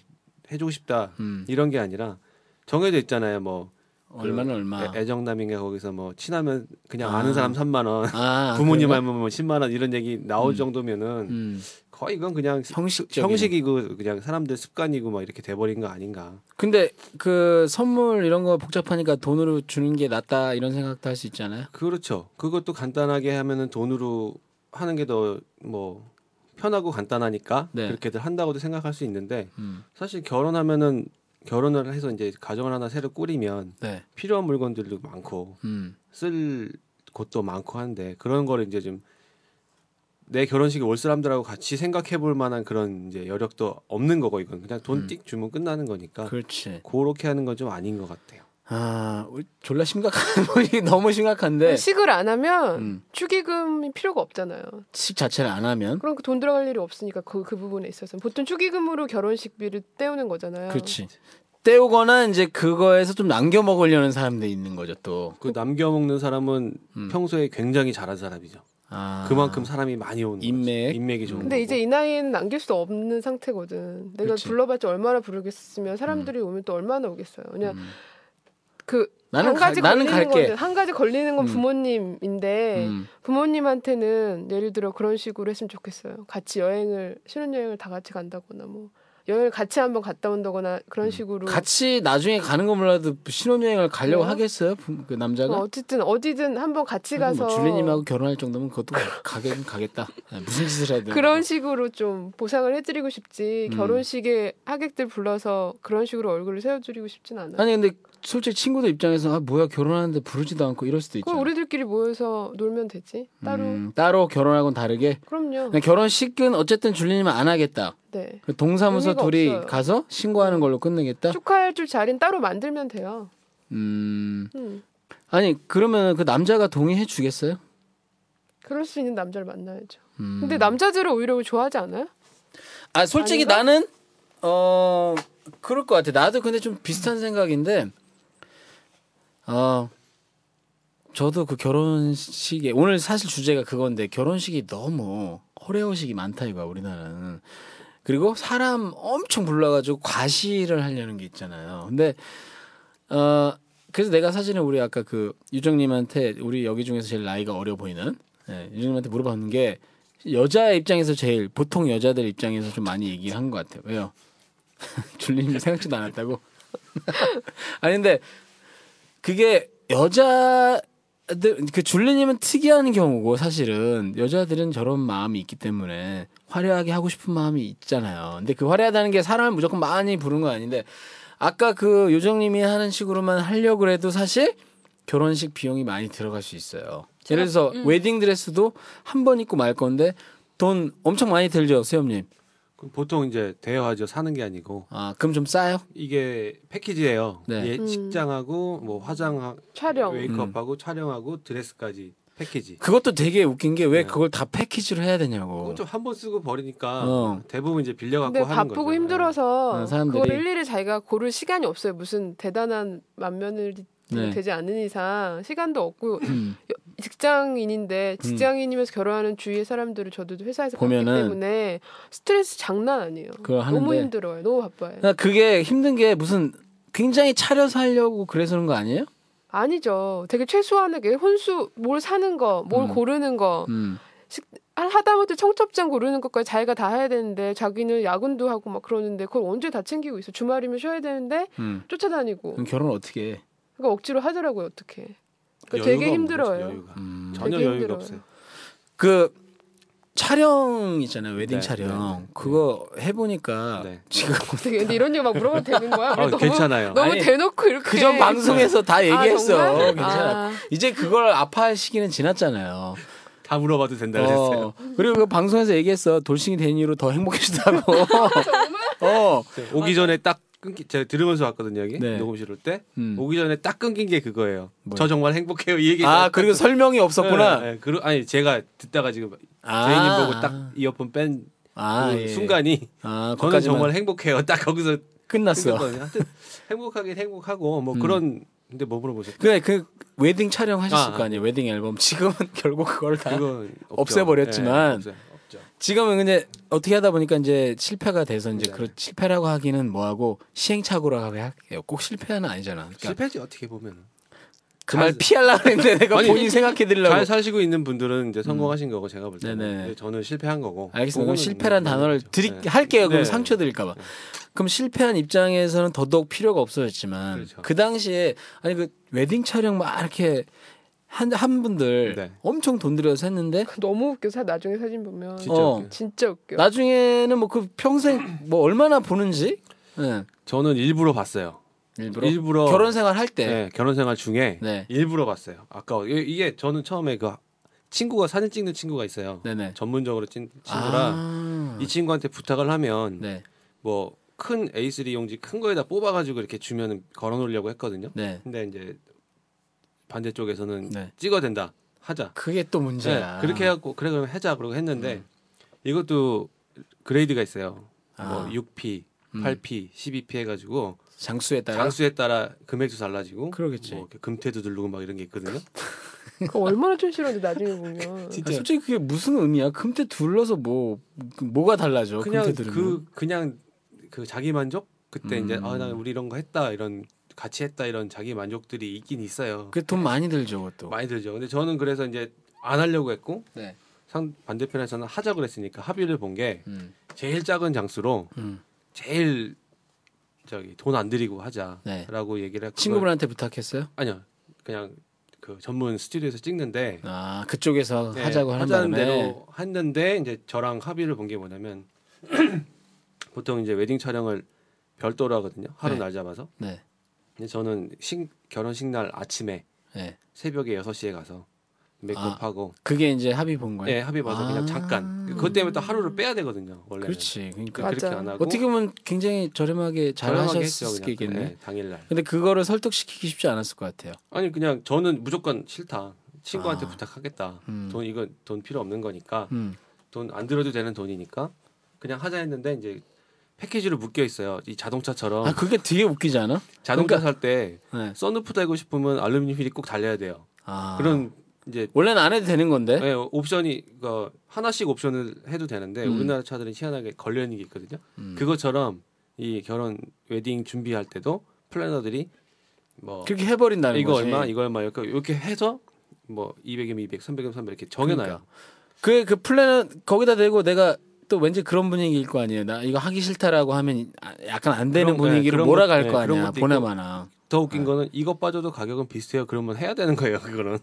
[SPEAKER 4] 해주고 싶다
[SPEAKER 2] 음.
[SPEAKER 4] 이런 게 아니라 정해져 있잖아요. 뭐
[SPEAKER 2] 얼마는 얼마.
[SPEAKER 4] 애- 애정남인가 거기서 뭐 친하면 그냥
[SPEAKER 2] 아.
[SPEAKER 4] 아. 는 사람 3만 원,
[SPEAKER 2] 아,
[SPEAKER 4] 부모님
[SPEAKER 2] 그래요?
[SPEAKER 4] 알면 뭐 10만 원 이런 얘기 나올 정도면은
[SPEAKER 2] 음.
[SPEAKER 4] 거의 이건 그냥
[SPEAKER 2] 형식적인
[SPEAKER 4] 형식이고 그냥 사람들 습관이고 막 이렇게 돼버린 거 아닌가.
[SPEAKER 2] 근데 그 선물 이런 거 복잡하니까 돈으로 주는 게 낫다 이런 생각도 할 수 있잖아요.
[SPEAKER 4] 그렇죠. 그것도 간단하게 하면은 돈으로 하는 게 더 뭐 편하고 간단하니까
[SPEAKER 2] 네.
[SPEAKER 4] 그렇게들 한다고도 생각할 수 있는데
[SPEAKER 2] 음.
[SPEAKER 4] 사실 결혼하면은 결혼을 해서 이제 가정을 하나 새로 꾸리면
[SPEAKER 2] 네.
[SPEAKER 4] 필요한 물건들도 많고
[SPEAKER 2] 음.
[SPEAKER 4] 쓸 곳도 많고 한데 그런 거를 이제 좀 내 결혼식에 올 사람들하고 같이 생각해 볼 만한 그런 이제 여력도 없는 거고 이건 그냥 돈
[SPEAKER 2] 음.
[SPEAKER 4] 띡 주면 끝나는 거니까
[SPEAKER 2] 그렇지.
[SPEAKER 4] 그렇게 하는 건 좀 아닌 것 같아요.
[SPEAKER 2] 아, 졸라 심각한 이게 너무 심각한데
[SPEAKER 6] 식을 안 하면
[SPEAKER 2] 음,
[SPEAKER 6] 축의금이 필요가 없잖아요.
[SPEAKER 2] 식 자체를 안 하면
[SPEAKER 6] 그럼 그 돈 들어갈 일이 없으니까 그, 그 부분에 있어서 보통 축의금으로 결혼식비를 때우는 거잖아요.
[SPEAKER 2] 그렇지. 때우거나 이제 그거에서 좀 남겨 먹으려는 사람들이 있는 거죠 또.
[SPEAKER 4] 그 남겨 먹는 사람은
[SPEAKER 2] 음.
[SPEAKER 4] 평소에 굉장히 잘한 사람이죠.
[SPEAKER 2] 아,
[SPEAKER 4] 그만큼 사람이 많이 오는 거죠.
[SPEAKER 2] 인맥.
[SPEAKER 4] 인맥이 좋은.
[SPEAKER 6] 근데
[SPEAKER 4] 거고.
[SPEAKER 6] 이제 이 나이에는 남길 수 없는 상태거든. 내가
[SPEAKER 2] 그치.
[SPEAKER 6] 불러봤자 얼마나 부르겠으면 사람들이 오면 또 얼마나 오겠어요. 그냥
[SPEAKER 2] 음.
[SPEAKER 6] 그
[SPEAKER 2] 나는
[SPEAKER 6] 한
[SPEAKER 2] 가,
[SPEAKER 6] 가지
[SPEAKER 2] 나는
[SPEAKER 6] 걸리는
[SPEAKER 2] 갈게.
[SPEAKER 6] 건, 한 가지 걸리는 건
[SPEAKER 2] 음.
[SPEAKER 6] 부모님인데
[SPEAKER 2] 음,
[SPEAKER 6] 부모님한테는 예를 들어 그런 식으로 했으면 좋겠어요. 같이 여행을 신혼여행을 다 같이 간다거나 뭐 여행을 같이 한번 갔다 온다거나 그런 식으로
[SPEAKER 2] 음. 같이 나중에 가는 거 몰라도 신혼여행을 가려고
[SPEAKER 6] 그래요?
[SPEAKER 2] 하겠어요? 부- 그 남자가?
[SPEAKER 6] 어, 어쨌든 어디든 한번 같이
[SPEAKER 2] 그래도
[SPEAKER 6] 가서
[SPEAKER 2] 뭐 줄리님하고 결혼할 정도면 그것도 가긴 가겠다. 아, 무슨 짓을 해야 되나?
[SPEAKER 6] 그런 식으로 좀 보상을 해드리고 싶지
[SPEAKER 2] 음.
[SPEAKER 6] 결혼식에 하객들 불러서 그런 식으로 얼굴을 세워드리고 싶진 않아.
[SPEAKER 2] 아니 근데 솔직히 친구들 입장에서 아 뭐야 결혼하는데 부르지도 않고 이럴 수도 있죠.
[SPEAKER 6] 그럼 우리들끼리 모여서 놀면 되지 따로.
[SPEAKER 2] 음, 따로 결혼하고는 다르게
[SPEAKER 6] 그럼요.
[SPEAKER 2] 그냥 결혼식은 어쨌든 줄리님은 안 하겠다.
[SPEAKER 6] 네.
[SPEAKER 2] 그 동사무소
[SPEAKER 6] 의미가
[SPEAKER 2] 둘이
[SPEAKER 6] 없어요.
[SPEAKER 2] 가서 신고하는 걸로 끝내겠다.
[SPEAKER 6] 축하할 줄 자리는 따로 만들면 돼요.
[SPEAKER 2] 음
[SPEAKER 6] 음.
[SPEAKER 2] 아니 그러면 그 남자가 동의해 주겠어요?
[SPEAKER 6] 그럴 수 있는 남자를 만나야죠.
[SPEAKER 2] 음.
[SPEAKER 6] 근데 남자들은 오히려 좋아하지 않아요?
[SPEAKER 2] 아 솔직히
[SPEAKER 6] 아닌가?
[SPEAKER 2] 나는 어 그럴 것 같아. 나도 근데 좀 비슷한 생각인데 어 저도 그 결혼식에 오늘 사실 주제가 그건데 결혼식이 너무 허례호식이 많다 이거야 우리나라는. 그리고 사람 엄청 불러가지고 과시를 하려는 게 있잖아요. 근데 어 그래서 내가 사실은 우리 아까 그 유정님한테 우리 여기 중에서 제일 나이가 어려 보이는 예, 유정님한테 물어봤는 게 여자 입장에서 제일 보통 여자들 입장에서 좀 많이 얘기한 것 같아요. 왜요? 줄리님이 생각지도 않았다고. 아니 근데 그게 여자들 그 줄리님은 특이한 경우고 사실은 여자들은 저런 마음이 있기 때문에 화려하게 하고 싶은 마음이 있잖아요. 근데 그 화려하다는 게 사람을 무조건 많이 부른 건 아닌데 아까 그 요정님이 하는 식으로만 하려고 해도 사실 결혼식 비용이 많이 들어갈 수 있어요. 예를 들어서 웨딩 드레스도 한 번 입고 말 건데 돈 엄청 많이 들죠, 수염님.
[SPEAKER 4] 그럼 보통 이제 대여하죠. 사는 게 아니고
[SPEAKER 2] 아, 그럼 좀 싸요?
[SPEAKER 4] 이게 패키지예요.
[SPEAKER 2] 네.
[SPEAKER 4] 예,
[SPEAKER 6] 음.
[SPEAKER 4] 식장하고 뭐 화장,
[SPEAKER 6] 촬영.
[SPEAKER 4] 메이크업하고 촬영하고 드레스까지 패키지.
[SPEAKER 2] 음. 그것도 되게 웃긴 게 왜
[SPEAKER 4] 네.
[SPEAKER 2] 그걸 다 패키지로 해야 되냐고.
[SPEAKER 4] 그건 좀 한 번 쓰고 버리니까
[SPEAKER 2] 어.
[SPEAKER 4] 대부분 이제 빌려갖고
[SPEAKER 6] 근데
[SPEAKER 4] 하는 거죠.
[SPEAKER 6] 바쁘고 힘들어서
[SPEAKER 2] 어, 사람들이.
[SPEAKER 6] 그걸 일일이 자기가 고를 시간이 없어요. 무슨 대단한 만면을
[SPEAKER 2] 네.
[SPEAKER 6] 되지 않는 이상 시간도 없고
[SPEAKER 2] 음,
[SPEAKER 6] 직장인인데 직장인이면서 결혼하는 주위의 사람들을 저도 회사에서 봤기
[SPEAKER 2] 보면은
[SPEAKER 6] 때문에 스트레스 장난 아니에요.
[SPEAKER 2] 그걸 하는데
[SPEAKER 6] 너무 힘들어요. 너무 바빠요.
[SPEAKER 2] 그러니까 그게 힘든 게 무슨 굉장히 차려서 하려고 그래서 그런 거 아니에요?
[SPEAKER 6] 아니죠. 되게 최소한의 게 혼수 뭘 사는 거, 뭘
[SPEAKER 2] 음.
[SPEAKER 6] 고르는 거,
[SPEAKER 2] 음.
[SPEAKER 6] 하- 하다못해 청첩장 고르는 것까지 자기가 다 해야 되는데 자기는 야근도 하고 막 그러는데 그걸 언제 다 챙기고 있어. 주말이면 쉬어야 되는데
[SPEAKER 2] 음.
[SPEAKER 6] 쫓아다니고.
[SPEAKER 2] 그럼 결혼 어떻게 해?
[SPEAKER 6] 그러니까 억지로 하더라고요. 어떻게.
[SPEAKER 4] 네. 여유가
[SPEAKER 6] 그러니까 되게
[SPEAKER 4] 없는 거죠,
[SPEAKER 6] 힘들어요.
[SPEAKER 4] 여유가.
[SPEAKER 2] 음.
[SPEAKER 4] 전혀
[SPEAKER 6] 되게
[SPEAKER 4] 여유가
[SPEAKER 6] 힘들어요.
[SPEAKER 4] 없어요.
[SPEAKER 2] 그 촬영 있잖아요 웨딩
[SPEAKER 4] 네,
[SPEAKER 2] 촬영
[SPEAKER 4] 네, 네.
[SPEAKER 2] 그거 해보니까
[SPEAKER 4] 네.
[SPEAKER 2] 지금
[SPEAKER 6] 되게 근데 이런 얘기 막 물어봐도 되는 거야? 우리
[SPEAKER 4] 아,
[SPEAKER 6] 너무
[SPEAKER 4] 괜찮아요.
[SPEAKER 6] 너무
[SPEAKER 2] 아니,
[SPEAKER 6] 대놓고 이렇게
[SPEAKER 2] 그전 방송에서 다 얘기했어
[SPEAKER 6] 아, 정말?
[SPEAKER 2] 괜찮아
[SPEAKER 6] 아,
[SPEAKER 2] 이제 그걸 아파할 시기는 지났잖아요
[SPEAKER 4] 다 물어봐도 된다
[SPEAKER 2] 어,
[SPEAKER 4] 그랬어요.
[SPEAKER 2] 그리고 그 방송에서 얘기했어 돌싱이 된 이후로 더 행복해지다고
[SPEAKER 6] 아,
[SPEAKER 2] 어
[SPEAKER 4] 네. 오기 전에 딱 끊기 제가 들으면서 왔거든요 여기
[SPEAKER 2] 네.
[SPEAKER 4] 녹음실 올 때
[SPEAKER 2] 음.
[SPEAKER 4] 오기 전에 딱 끊긴 게 그거예요.
[SPEAKER 2] 뭐요?
[SPEAKER 4] 저 정말 행복해요 이 얘기.
[SPEAKER 2] 아, 그리고 설명이 없었구나.
[SPEAKER 4] 뭐 네, 네. 그러- 아니 제가 듣다가 지금
[SPEAKER 2] 아.
[SPEAKER 4] 제이님 보고 딱 이어폰 뺀 그
[SPEAKER 2] 아, 예.
[SPEAKER 4] 순간이
[SPEAKER 2] 아,
[SPEAKER 4] 저는
[SPEAKER 2] 거기까지만
[SPEAKER 4] 정말 행복해요. 딱 거기서
[SPEAKER 2] 끝났어.
[SPEAKER 4] 끊겼거든요. 하여튼 행복하긴 행복하고
[SPEAKER 2] 음.
[SPEAKER 4] 뭐 그런 근데 뭐 물어보셨죠?
[SPEAKER 2] 그래 그 웨딩 촬영 하셨을
[SPEAKER 4] 아, 아.
[SPEAKER 2] 거 아니에요. 웨딩 앨범. 지금은 결국 그걸 다
[SPEAKER 4] 그거 네,
[SPEAKER 2] 없애버렸지만.
[SPEAKER 4] 없죠.
[SPEAKER 2] 지금은 근데 어떻게 하다 보니까 이제 실패가 돼서 이제
[SPEAKER 4] 네.
[SPEAKER 2] 그런 실패라고 하기는 뭐하고 시행착오라고 할게요. 꼭 실패는 아니잖아. 그러니까
[SPEAKER 4] 실패지 어떻게 보면.
[SPEAKER 2] 그 말 피하려고 했는데 내가
[SPEAKER 4] 아니,
[SPEAKER 2] 본인 생각해 드리려고. 음.
[SPEAKER 4] 잘 사시고 있는 분들은 이제 성공하신 거고 제가 볼 때는
[SPEAKER 2] 네네.
[SPEAKER 4] 근데 저는 실패한 거고.
[SPEAKER 2] 알겠습니다. 그럼
[SPEAKER 4] 그거는
[SPEAKER 2] 실패란
[SPEAKER 4] 뭐
[SPEAKER 2] 단어를
[SPEAKER 4] 모르겠죠.
[SPEAKER 2] 드릴
[SPEAKER 4] 네.
[SPEAKER 2] 할게요. 그럼
[SPEAKER 4] 네.
[SPEAKER 2] 상처 드릴까봐. 그럼 실패한 입장에서는 더더욱 필요가 없어졌지만 그
[SPEAKER 4] 그렇죠.
[SPEAKER 2] 당시에 아니 그 웨딩 촬영 막 이렇게 한 한 분들
[SPEAKER 4] 네.
[SPEAKER 2] 엄청 돈 들여서 했는데
[SPEAKER 6] 너무 웃겨. 사 나중에 사진 보면
[SPEAKER 4] 네. 진짜
[SPEAKER 2] 어.
[SPEAKER 4] 웃겨요.
[SPEAKER 6] 진짜 웃겨.
[SPEAKER 2] 나중에는 뭐 그 평생 뭐 얼마나 보는지 예.
[SPEAKER 4] 저는 일부러 봤어요.
[SPEAKER 2] 일부러,
[SPEAKER 4] 일부러-
[SPEAKER 2] 결혼 생활 할 때
[SPEAKER 4] 네, 결혼 생활 중에
[SPEAKER 2] 네.
[SPEAKER 4] 일부러 봤어요. 아까 이게 저는 처음에 그 친구가 사진 찍는 친구가 있어요.
[SPEAKER 2] 네네.
[SPEAKER 4] 전문적으로 찍는 친구라
[SPEAKER 2] 아,
[SPEAKER 4] 이 친구한테 부탁을 하면
[SPEAKER 2] 네.
[SPEAKER 4] 뭐 큰 A3 용지 큰 거에다 뽑아가지고 이렇게 주면 걸어놓으려고 했거든요.
[SPEAKER 2] 네.
[SPEAKER 4] 근데 이제 반대쪽에서는
[SPEAKER 2] 네.
[SPEAKER 4] 찍어 된다 하자.
[SPEAKER 2] 그게 또 문제야.
[SPEAKER 4] 네, 그렇게 해갖고 그래 그럼 하자 그러고 했는데
[SPEAKER 2] 음.
[SPEAKER 4] 이것도 그레이드가 있어요.
[SPEAKER 2] 아.
[SPEAKER 4] 뭐 6P,
[SPEAKER 2] 음.
[SPEAKER 4] 8P, 12P 해가지고
[SPEAKER 2] 장수에 따라
[SPEAKER 4] 장수에 따라 금액도 달라지고
[SPEAKER 2] 그러겠지.
[SPEAKER 4] 뭐 이렇게 금태도 누르고 막 이런 게 있거든요.
[SPEAKER 6] 그 얼마나 촌스러운데 나중에 보면.
[SPEAKER 4] 진짜
[SPEAKER 2] 아, 솔직히 그게 무슨 의미야? 금태 둘러서 뭐 그, 뭐가 달라져?
[SPEAKER 4] 그냥
[SPEAKER 2] 금태 들으면.
[SPEAKER 4] 그 그냥 그 자기 만족 그때
[SPEAKER 2] 음.
[SPEAKER 4] 이제 아나 우리 이런 거 했다 이런 같이 했다 이런 자기 만족들이 있긴 있어요.
[SPEAKER 2] 그게 돈 많이 들죠, 그것도.
[SPEAKER 4] 많이 들죠. 근데 저는 그래서 이제 안 하려고 했고
[SPEAKER 2] 네.
[SPEAKER 4] 상 반대편에서는 하자 그랬으니까 합의를 본 게
[SPEAKER 2] 음.
[SPEAKER 4] 제일 작은 장수로
[SPEAKER 2] 음.
[SPEAKER 4] 제일 저기 돈 안 들이고
[SPEAKER 2] 네.
[SPEAKER 4] 하자라고 얘기를 했고
[SPEAKER 2] 친구분한테 부탁했어요?
[SPEAKER 4] 아니요 그냥 그 전문 스튜디오에서 찍는데
[SPEAKER 2] 아, 그쪽에서
[SPEAKER 4] 네,
[SPEAKER 2] 하자고 하는
[SPEAKER 4] 하자는
[SPEAKER 2] 바람에
[SPEAKER 4] 대로 했는데 이제 저랑 합의를 본 게 뭐냐면 보통 이제 웨딩 촬영을 별도로 하거든요 하루
[SPEAKER 2] 네.
[SPEAKER 4] 날 잡아서
[SPEAKER 2] 네.
[SPEAKER 4] 근데 저는 식, 결혼식 날 아침에
[SPEAKER 2] 네.
[SPEAKER 4] 새벽에 여섯 시에 가서
[SPEAKER 2] 아.
[SPEAKER 4] 메이크업하고
[SPEAKER 2] 그게 이제 합의 본 거예요.
[SPEAKER 4] 예 합의 봐서
[SPEAKER 2] 아.
[SPEAKER 4] 그냥 잠깐 그것 때문에 또 하루를 빼야 되거든요 원래는
[SPEAKER 2] 그렇지. 그러니까
[SPEAKER 4] 그렇게
[SPEAKER 6] 맞아.
[SPEAKER 4] 안 하고
[SPEAKER 2] 어떻게 보면 굉장히 저렴하게 잘
[SPEAKER 4] 저렴하게
[SPEAKER 2] 하셨을
[SPEAKER 4] 했죠,
[SPEAKER 2] 수
[SPEAKER 4] 그냥.
[SPEAKER 2] 있겠네.
[SPEAKER 4] 예, 당일날
[SPEAKER 2] 근데 그거를 설득시키기 쉽지 않았을 것 같아요.
[SPEAKER 4] 아니 그냥 저는 무조건 싫다. 친구한테
[SPEAKER 2] 아.
[SPEAKER 4] 부탁하겠다.
[SPEAKER 2] 음.
[SPEAKER 4] 돈 이건 돈 필요 없는 거니까
[SPEAKER 2] 음.
[SPEAKER 4] 돈 안 들어도 되는 돈이니까 그냥 하자 했는데 이제 패키지로 묶여 있어요. 이 자동차처럼
[SPEAKER 2] 아, 그게 되게 웃기지 않아?
[SPEAKER 4] 자동차
[SPEAKER 2] 그러니까-
[SPEAKER 4] 살 때
[SPEAKER 2] 네.
[SPEAKER 4] 썬루프 달고 싶으면 알루미늄 휠이 꼭 달려야 돼요.
[SPEAKER 2] 아.
[SPEAKER 4] 그런 이제
[SPEAKER 2] 원래는 안 해도 되는 건데.
[SPEAKER 4] 예, 옵션이 그 하나씩 옵션을 해도 되는데
[SPEAKER 2] 음.
[SPEAKER 4] 우리나라 차들은 희한하게 걸려 있는 게 있거든요.
[SPEAKER 2] 음.
[SPEAKER 4] 그것처럼 이 결혼 웨딩 준비할 때도 플래너들이 뭐
[SPEAKER 2] 그렇게 해버린다는
[SPEAKER 4] 이거
[SPEAKER 2] 거지.
[SPEAKER 4] 얼마 이거 얼마 이렇게 이렇게 해서 뭐 200이면 200, 300이면 300 이렇게 정해놔요.
[SPEAKER 2] 그, 그 플랜은 거기다 대고 내가 또 왠지 그런 분위기일 거 아니에요. 나 이거 하기 싫다라고 하면 아, 약간 안 되는
[SPEAKER 4] 그런- 네,
[SPEAKER 2] 분위기로
[SPEAKER 4] 그런
[SPEAKER 2] 몰아갈
[SPEAKER 4] 것-
[SPEAKER 2] 거
[SPEAKER 4] 네, 그런
[SPEAKER 2] 아니야.
[SPEAKER 4] 것도
[SPEAKER 2] 보나마나.
[SPEAKER 4] 더 웃긴 거는 이것 빠져도 가격은 비슷해요. 그러면 해야 되는 거예요. 그거는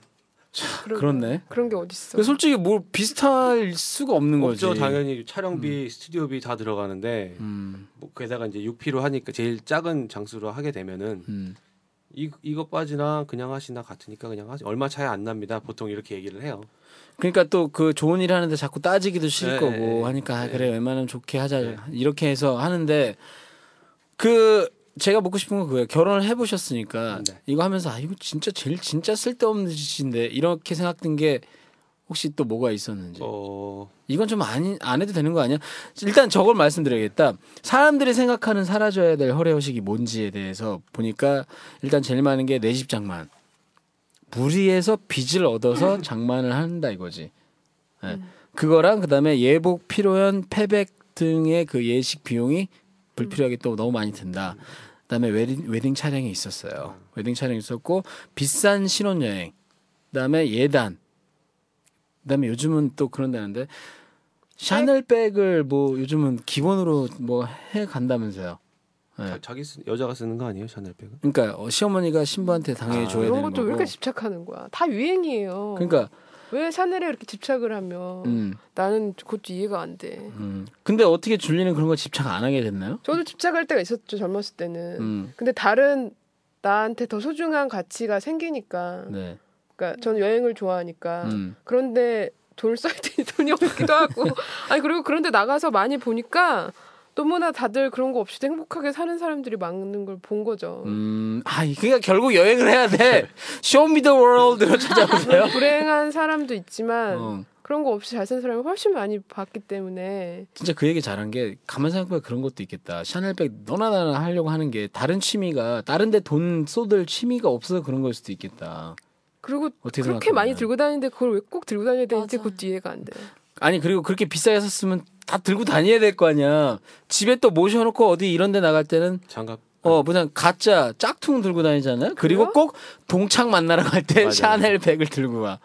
[SPEAKER 6] 그러-
[SPEAKER 2] 그렇네.
[SPEAKER 6] 그런 게 어딨어.
[SPEAKER 2] 근데 솔직히 뭐 비슷할 수가 없는
[SPEAKER 4] 없죠.
[SPEAKER 2] 거지.
[SPEAKER 4] 당연히 촬영비, 스튜디오비 다 들어가는데
[SPEAKER 2] 음,
[SPEAKER 4] 뭐 게다가 이제 6P로 하니까 제일 작은 장수로 하게 되면은
[SPEAKER 2] 음.
[SPEAKER 4] 이 이것 빠지나 그냥 하시나 같으니까 그냥 하시. 얼마 차이 안 납니다. 보통 이렇게 얘기를 해요.
[SPEAKER 2] 그러니까 또 그 좋은 일 하는데 자꾸 따지기도 싫
[SPEAKER 4] 네,
[SPEAKER 2] 거고
[SPEAKER 4] 네,
[SPEAKER 2] 하니까 아,
[SPEAKER 4] 네.
[SPEAKER 2] 그래 웬만하면 좋게 하자
[SPEAKER 4] 네.
[SPEAKER 2] 이렇게 해서 하는데 그 제가 묻고 싶은 건 그거예요. 결혼을 해보셨으니까
[SPEAKER 4] 네.
[SPEAKER 2] 이거 하면서 아 이거 진짜 제일 진짜 쓸데없는 짓인데 이렇게 생각된 게 혹시 또 뭐가 있었는지.
[SPEAKER 4] 어,
[SPEAKER 2] 이건 좀 안 안 해도 되는 거 아니야? 일단 저걸 말씀드려야겠다. 사람들이 생각하는 사라져야 될 허례허식이 뭔지에 대해서 보니까 일단 제일 많은 게 내 집 장만. 무리해서 빚을 얻어서 장만을 한다 이거지. 예. 그거랑 그다음에 예복, 피로연, 폐백 등의 그 예식 비용이 불필요하게 또 너무 많이 든다. 그다음에 웨딩, 웨딩 촬영이 있었어요. 웨딩 촬영이 있었고 비싼 신혼여행. 그다음에 예단. 그다음에 요즘은 또 그런다는데 샤넬백을 뭐 요즘은 기본으로 뭐 해 간다면서요. 네.
[SPEAKER 4] 자- 자기 쓰, 여자가 쓰는 거 아니에요? 샤넬백은?
[SPEAKER 2] 그러니까 어, 시어머니가 신부한테 당연히
[SPEAKER 4] 아,
[SPEAKER 2] 줘야
[SPEAKER 6] 이런
[SPEAKER 2] 되는
[SPEAKER 6] 것도
[SPEAKER 2] 거고.
[SPEAKER 6] 왜 이렇게 집착하는 거야? 다 유행이에요.
[SPEAKER 2] 그러니까
[SPEAKER 6] 왜 샤넬에 이렇게 집착을 하며?
[SPEAKER 2] 음,
[SPEAKER 6] 나는 그것도 이해가 안 돼.
[SPEAKER 2] 음. 근데 어떻게 줄리는 그런 거 집착 안 하게 됐나요?
[SPEAKER 6] 저도 집착할 때가 있었죠 젊었을 때는.
[SPEAKER 2] 음.
[SPEAKER 6] 근데 다른 나한테 더 소중한 가치가 생기니까.
[SPEAKER 2] 네.
[SPEAKER 6] 그러니까 저는 여행을 좋아하니까.
[SPEAKER 2] 음.
[SPEAKER 6] 그런데 돈을 써야 되니 돈이 없기도 하고. 아니 그리고 그런데 나가서 많이 보니까 너무나 다들 그런 거 없이도 행복하게 사는 사람들이 많은 걸 본 거죠.
[SPEAKER 2] 음. 아, 그러니까 결국 여행을 해야
[SPEAKER 6] 네.
[SPEAKER 2] 돼. 쇼미 더 월드로 찾아보세요.
[SPEAKER 6] 불행한 사람도 있지만
[SPEAKER 2] 어,
[SPEAKER 6] 그런 거 없이 잘 사는 사람이 훨씬 많이 봤기 때문에
[SPEAKER 2] 진짜 그 얘기 잘한 게 가만 생각해보면 그런 것도 있겠다. 샤넬백 너나 나나 하려고 하는 게 다른 취미가 다른 데 돈 쏟을 취미가 없어서 그런 걸 수도 있겠다.
[SPEAKER 6] 그리고
[SPEAKER 2] 어떻게
[SPEAKER 6] 그렇게 많이
[SPEAKER 2] 생각하면.
[SPEAKER 6] 들고 다니는데 그걸 왜 꼭 들고 다녀야 되는지
[SPEAKER 3] 맞아요.
[SPEAKER 6] 그것도 이해가 안 돼.
[SPEAKER 2] 아니 그리고 그렇게 비싸게 샀으면 다 들고 다녀야 될 거 아니야. 집에 또 모셔놓고 어디 이런 데 나갈 때는
[SPEAKER 4] 장갑.
[SPEAKER 2] 어 그냥 가짜 짝퉁 들고 다니잖아요. 그리고
[SPEAKER 6] 그래요?
[SPEAKER 2] 꼭 동창 만나러 갈 때
[SPEAKER 4] 맞아요.
[SPEAKER 2] 샤넬 백을 들고 와.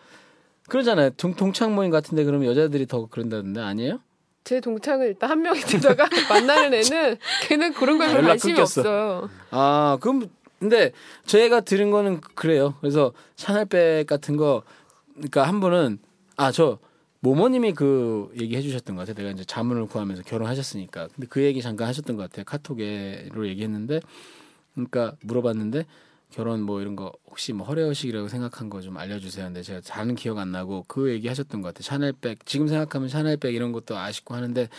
[SPEAKER 2] 그러잖아요. 동, 동창 모임 같은데 그러면 여자들이 더 그런다던데 아니에요?
[SPEAKER 6] 제 동창은 일단 한 명이 들다가 만나는 애는 걔는 그런 거에 별로
[SPEAKER 2] 연락
[SPEAKER 6] 관심이
[SPEAKER 2] 끊겼어.
[SPEAKER 6] 없어요.
[SPEAKER 2] 아 그럼 근데 제가 들은 거는 그래요. 그래서 샤넬백 같은 거 그러니까 한 분은 아 저 모모님이 그 얘기 해주셨던 것 같아요. 내가 이제 자문을 구하면서 결혼하셨으니까 근데 그 얘기 잠깐 하셨던 것 같아요. 카톡에로 얘기했는데 그러니까 물어봤는데 결혼 뭐 이런 거 혹시 뭐 허례허식이라고 생각한 거 좀 알려주세요. 근데 제가 잘은 기억 안 나고 그 얘기 하셨던 것 같아요. 샤넬백 지금 생각하면 샤넬백 이런 것도 아쉽고 하는데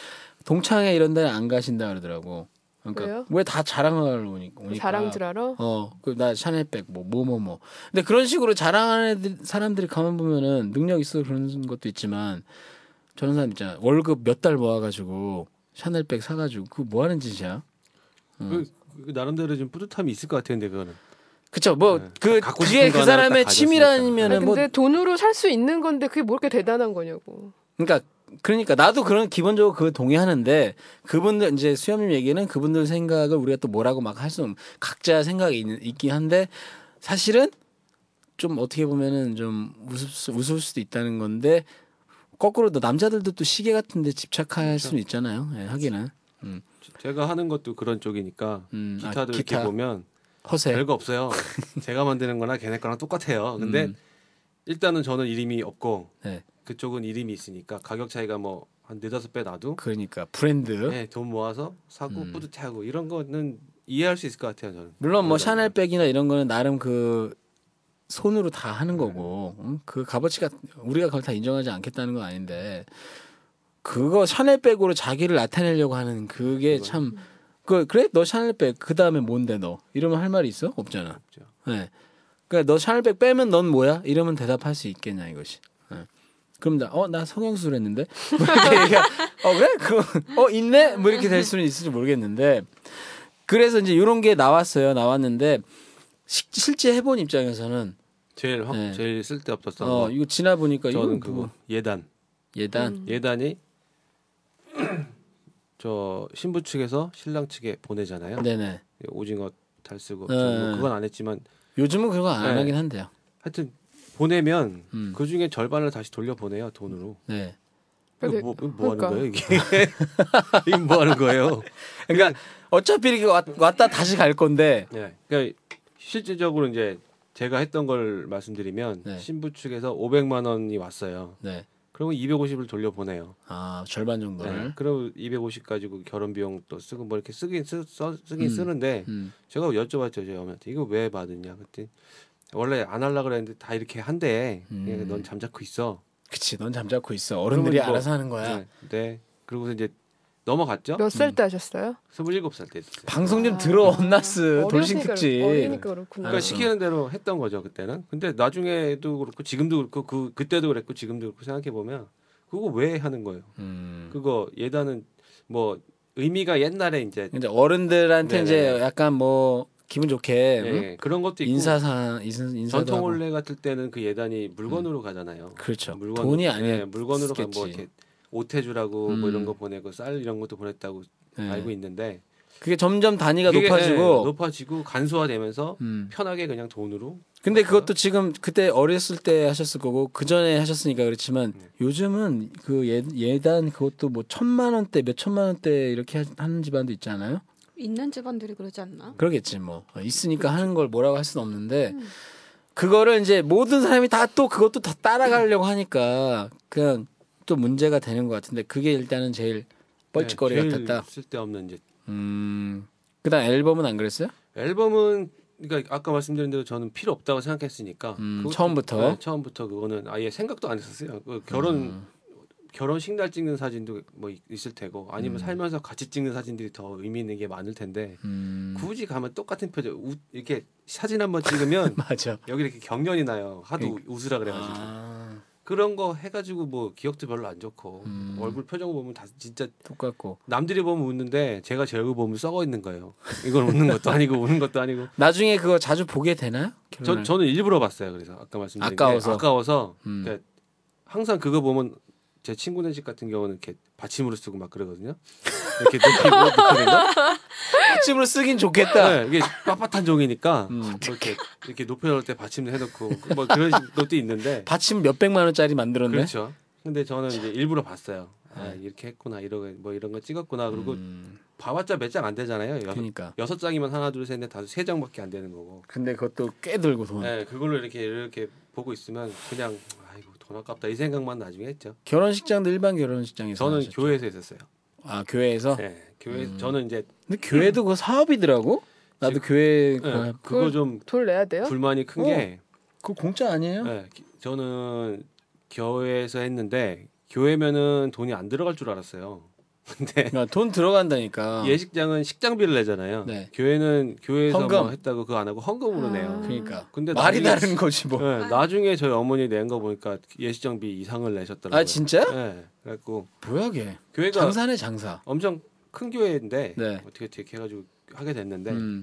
[SPEAKER 2] 동창회 이런 데는 안 가신다 그러더라고. 그러니까
[SPEAKER 6] 왜요?
[SPEAKER 2] 왜 다 자랑을 오니까
[SPEAKER 6] 자랑질하러
[SPEAKER 2] 어, 그 나 샤넬백 뭐 뭐 뭐 뭐. 근데 그런 식으로 자랑하는 애들, 사람들이 가만 보면은 능력 있어 그런 것도 있지만 저런 사람 있잖아 월급 몇 달 모아가지고 샤넬백 사가지고 그 뭐 하는 짓이야? 음.
[SPEAKER 4] 그, 그 나름대로 좀 뿌듯함이 있을 것 같아요, 근데 그거는.
[SPEAKER 2] 그쵸 뭐
[SPEAKER 4] 네.
[SPEAKER 2] 그
[SPEAKER 4] 갖고
[SPEAKER 2] 그게
[SPEAKER 4] 싶은
[SPEAKER 2] 그
[SPEAKER 4] 거는
[SPEAKER 2] 사람의
[SPEAKER 4] 다
[SPEAKER 6] 아니,
[SPEAKER 2] 취미라면은 뭐
[SPEAKER 6] 근데 돈으로 살 수 있는 건데 그게 뭐 이렇게 대단한 거냐고.
[SPEAKER 2] 그러니까 그러니까 나도 그런 기본적으로 그 동의하는데 그분들 이제 수염님 얘기는 그분들 생각을 우리가 또 뭐라고 막 할 수는 각자 생각이 있, 있긴 한데 사실은 좀 어떻게 보면은 좀 웃을, 수, 웃을 수도 있다는 건데 거꾸로 또 남자들도 또 시계 같은데 집착할
[SPEAKER 4] 그렇죠.
[SPEAKER 2] 수는 있잖아요. 예, 하기는
[SPEAKER 4] 제- 제가 하는 것도 그런 쪽이니까
[SPEAKER 2] 음, 아,
[SPEAKER 4] 기타도 이렇게
[SPEAKER 2] 기타. 네.
[SPEAKER 4] 보면
[SPEAKER 2] 허세.
[SPEAKER 4] 별거 없어요. 제가 만드는 거나 걔네 거랑 똑같아요. 근데
[SPEAKER 2] 음.
[SPEAKER 4] 일단은 저는 이름이 없고
[SPEAKER 2] 네.
[SPEAKER 4] 그쪽은 이름이 있으니까 가격 차이가 뭐 한 네다섯 배 나도
[SPEAKER 2] 그러니까 브랜드.
[SPEAKER 4] 네, 돈 모아서 사고 뿌듯해하고 이런 거는 이해할 수 있을 것 같아요, 저는.
[SPEAKER 2] 음. 물론 뭐
[SPEAKER 4] 그러다
[SPEAKER 2] 샤넬백이나 이런 거는 나름 그 손으로 다 하는
[SPEAKER 4] 네.
[SPEAKER 2] 거고 음, 그 값어치가 우리가 그걸 다 인정하지 않겠다는 건 아닌데 그거 샤넬백으로 자기를 나타내려고 하는 그게
[SPEAKER 4] 그건-
[SPEAKER 2] 참 그, 그래? 너 샤넬백 그 다음에 뭔데 너? 이러면 할 말이 있어? 없잖아.
[SPEAKER 4] 없죠.
[SPEAKER 2] 네. 그러니까 너 샤넬백 빼면 넌 뭐야? 이러면 대답할 수 있겠냐 이것이. 네. 그럼 나 어 나 성형수술 했는데 뭐 이렇게 얘기하- 어 그래 그어 있네 뭐 이렇게 될 수는 있을지 모르겠는데 그래서 이제 이런 게 나왔어요 나왔는데 시- 실제 해본 입장에서는
[SPEAKER 4] 제일 확
[SPEAKER 2] 네.
[SPEAKER 4] 제일 쓸데없었던
[SPEAKER 2] 어
[SPEAKER 4] 거.
[SPEAKER 2] 이거 지나 보니까
[SPEAKER 4] 저는
[SPEAKER 2] 이건 음.
[SPEAKER 4] 그거
[SPEAKER 2] 뭐
[SPEAKER 4] 예단.
[SPEAKER 2] 예단
[SPEAKER 4] 예단이 저 신부 측에서 신랑 측에 보내잖아요. 예,
[SPEAKER 2] 네네
[SPEAKER 4] 오징어 잘 쓰고
[SPEAKER 2] 네.
[SPEAKER 4] 저는 뭐 그건 안 했지만
[SPEAKER 2] 요즘은 그런 거안
[SPEAKER 4] 네.
[SPEAKER 2] 하긴 한대요
[SPEAKER 4] 하여튼 보내면
[SPEAKER 2] 음.
[SPEAKER 4] 그 중에 절반을 다시 돌려 보내요 돈으로.
[SPEAKER 2] 네
[SPEAKER 4] 이거
[SPEAKER 6] 근데-
[SPEAKER 4] 뭐, 이거 뭐
[SPEAKER 6] 그러니까.
[SPEAKER 4] 하는 거예요 이게? 이게 뭐 하는 거예요?
[SPEAKER 2] 그러니까 어차피 이렇게 왔, 왔다 다시 갈 건데
[SPEAKER 4] 네. 그러니까 실질적으로 이제 제가 했던 걸 말씀드리면
[SPEAKER 2] 네.
[SPEAKER 4] 신부 측에서 500만 원이 왔어요. 그러면 250을 돌려 보내요.
[SPEAKER 2] 네아 절반 정도를
[SPEAKER 4] 네. 그럼 250 가지고 결혼 비용 또 쓰고 뭐 이렇게 쓰긴 쓰, 긴
[SPEAKER 2] 음.
[SPEAKER 4] 쓰는데
[SPEAKER 2] 음.
[SPEAKER 4] 제가 여쭤봤죠 저희 어머니한테 이거 왜 받았냐 그때 원래 안 하려 그랬는데 다 이렇게 한대
[SPEAKER 2] 음.
[SPEAKER 4] 그냥 넌 잠자코 있어
[SPEAKER 2] 그치 넌 잠자코 있어 어른들이
[SPEAKER 4] 그러면 뭐-
[SPEAKER 2] 알아서 하는 거야
[SPEAKER 4] 네, 네. 그러고서 이제 넘어갔죠
[SPEAKER 6] 몇 살 때 하셨어요?
[SPEAKER 4] 27살 때 했어요
[SPEAKER 2] 방송 좀
[SPEAKER 6] 아.
[SPEAKER 2] 들어 엄나스 돌싱
[SPEAKER 6] 어려우니까
[SPEAKER 2] 특집
[SPEAKER 6] 그렇- 어리니까 그렇구나.
[SPEAKER 4] 그러니까
[SPEAKER 2] 아.
[SPEAKER 4] 시키는 대로 했던 거죠 그때는 근데 나중에도 그렇고 지금도 그렇고 그 그때도 그랬고 지금도 그렇고 생각해 보면 그거 왜 하는 거예요
[SPEAKER 2] 음.
[SPEAKER 4] 그거 예단은 뭐 의미가 옛날에 이제
[SPEAKER 2] 이제 어른들한테
[SPEAKER 4] 네네.
[SPEAKER 2] 이제 약간 뭐 기분 좋게 응?
[SPEAKER 4] 예, 그런 것도 있고
[SPEAKER 2] 인사상 인사, 인사도
[SPEAKER 4] 전통
[SPEAKER 2] 하고.
[SPEAKER 4] 혼례 같을 때는 그 예단이 물건으로 가잖아요.
[SPEAKER 2] 그렇죠.
[SPEAKER 4] 물건으로,
[SPEAKER 2] 돈이 아니야.
[SPEAKER 4] 네, 물건으로 가면 뭐
[SPEAKER 2] 쓰겠지.
[SPEAKER 4] 이렇게 오태주라고
[SPEAKER 2] 음.
[SPEAKER 4] 뭐 이런 거 보내고 쌀 이런 것도 보냈다고
[SPEAKER 2] 예.
[SPEAKER 4] 알고 있는데
[SPEAKER 2] 그게 점점 단위가
[SPEAKER 4] 그게,
[SPEAKER 2] 높아지고
[SPEAKER 4] 예, 높아지고 간소화되면서
[SPEAKER 2] 음.
[SPEAKER 4] 편하게 그냥 돈으로 네,
[SPEAKER 2] 근데 그것도 지금 그때 어렸을 때 하셨을 거고 그 전에 하셨으니까 그렇지만
[SPEAKER 4] 네.
[SPEAKER 2] 요즘은 그 예, 예단 그것도 뭐 천만 원대 몇 천만 원대 이렇게 하- 하는 집안도 있잖아요.
[SPEAKER 3] 있는 집안들이 그러지 않나?
[SPEAKER 2] 그러겠지 뭐 어, 있으니까 하는 걸 뭐라고 할 수는 없는데 그거를 이제 모든 사람이 다 또 그것도 다 따라가려고 하니까 그냥 또 문제가 되는 것 같은데 그게 일단은 제일 뻘짓거리
[SPEAKER 4] 예, 제일
[SPEAKER 2] 같았다.
[SPEAKER 4] 쓸데없는 이제
[SPEAKER 2] 음 그다음 앨범은 안 그랬어요?
[SPEAKER 4] 앨범은 그러니까 아까 말씀드린 대로 저는 필요 없다고 생각했으니까
[SPEAKER 2] 음,
[SPEAKER 4] 그것도-
[SPEAKER 2] 처음부터?
[SPEAKER 4] 네, 처음부터 그거는 아예 생각도 안 했었어요. 그 결혼
[SPEAKER 2] 음.
[SPEAKER 4] 결혼식 날 찍는 사진도 뭐 있- 있을 테고 아니면 살면서 같이 찍는 사진들이 더 의미 있는 게 많을 텐데
[SPEAKER 2] 음
[SPEAKER 4] 굳이 가면 똑같은 표정 웃- 이렇게 사진 한번 찍으면
[SPEAKER 2] 맞아.
[SPEAKER 4] 여기 이렇게 경련이 나요 하도 웃으라 그래가지고
[SPEAKER 2] 그러니까. 아,
[SPEAKER 4] 그런 거 해가지고 뭐 기억도 별로 안 좋고
[SPEAKER 2] 음.
[SPEAKER 4] 얼굴 표정 보면 다 진짜
[SPEAKER 2] 똑같고
[SPEAKER 4] 남들이 보면 웃는데 제가 제 얼굴 보면 썩어 있는 거예요 이건 웃는 것도 아니고 우는 것도 아니고
[SPEAKER 2] 나중에 그거 자주 보게 되나요?
[SPEAKER 4] 저,
[SPEAKER 2] 결혼할
[SPEAKER 4] 저는 일부러 봤어요 그래서 아까 말씀드린
[SPEAKER 2] 아까워서.
[SPEAKER 4] 게 아까워서
[SPEAKER 2] 음.
[SPEAKER 4] 그러니까 항상 그거 보면 제 친구네 집 같은 경우는 이렇게 받침으로 쓰고 막 그러거든요 이렇게 느끼고 느끼는
[SPEAKER 2] 집으로 쓰긴 좋겠다.
[SPEAKER 4] 네, 이게 빳빳한 종이니까
[SPEAKER 2] 음.
[SPEAKER 4] 뭐 이렇게 이렇게 높여놓을 때 받침을 해놓고 뭐 그런 식- 것도 있는데
[SPEAKER 2] 받침 몇 백만 원짜리 만들었네. 네.
[SPEAKER 4] 그렇죠. 근데 저는 이제 일부러 봤어요. 아 이렇게 했구나 이러고 뭐 이런 거 찍었구나 그리고
[SPEAKER 2] 음,
[SPEAKER 4] 봐봤자 몇 장 안 되잖아요. 여섯,
[SPEAKER 2] 그러니까.
[SPEAKER 4] 여섯 장이면 하나 둘 셋 넷 다섯 세 장밖에 안 되는 거고.
[SPEAKER 2] 근데 그것도 꽤 들고 돈.
[SPEAKER 4] 네 그걸로 이렇게 이렇게 보고 있으면 그냥 아이고 돈 아깝다 이 생각만 나중에 했죠.
[SPEAKER 2] 결혼식장도 일반 결혼식장에서
[SPEAKER 4] 저는
[SPEAKER 2] 하셨죠?
[SPEAKER 4] 교회에서 했었어요.
[SPEAKER 2] 아 교회에서.
[SPEAKER 4] 네 교회 에서 저는 이제
[SPEAKER 2] 근데 교회도 그거 사업이더라고. 나도 교회
[SPEAKER 4] 네,
[SPEAKER 2] 그
[SPEAKER 4] 그거 좀
[SPEAKER 6] 돌 내야 돼요?
[SPEAKER 4] 불만이 큰 게
[SPEAKER 2] 그거 공짜 아니에요?
[SPEAKER 4] 네, 기- 저는 교회에서 했는데 교회면은 돈이 안 들어갈 줄 알았어요. 근데
[SPEAKER 2] 그러니까 돈 들어간다니까.
[SPEAKER 4] 예식장은 식장비를 내잖아요.
[SPEAKER 2] 아. 네.
[SPEAKER 4] 교회는 교회에서
[SPEAKER 2] 헌금.
[SPEAKER 4] 뭐 했다고 그거 안 하고 헌금으로
[SPEAKER 6] 아.
[SPEAKER 4] 내요.
[SPEAKER 2] 그러니까.
[SPEAKER 4] 근데
[SPEAKER 2] 말이
[SPEAKER 4] 나중에-
[SPEAKER 2] 다른 거지 뭐.
[SPEAKER 4] 네, 나중에 저희 어머니 낸 거 보니까 예식장비 이상을 내셨더라고요.
[SPEAKER 2] 아 진짜?
[SPEAKER 4] 네, 그러니까- 그래갖고
[SPEAKER 2] 뭐야 걔?
[SPEAKER 4] 교회가
[SPEAKER 2] 장사네 장사.
[SPEAKER 4] 엄청 큰 교회인데
[SPEAKER 2] 네.
[SPEAKER 4] 어떻게 어떻게 해가지고 하게 됐는데
[SPEAKER 2] 음,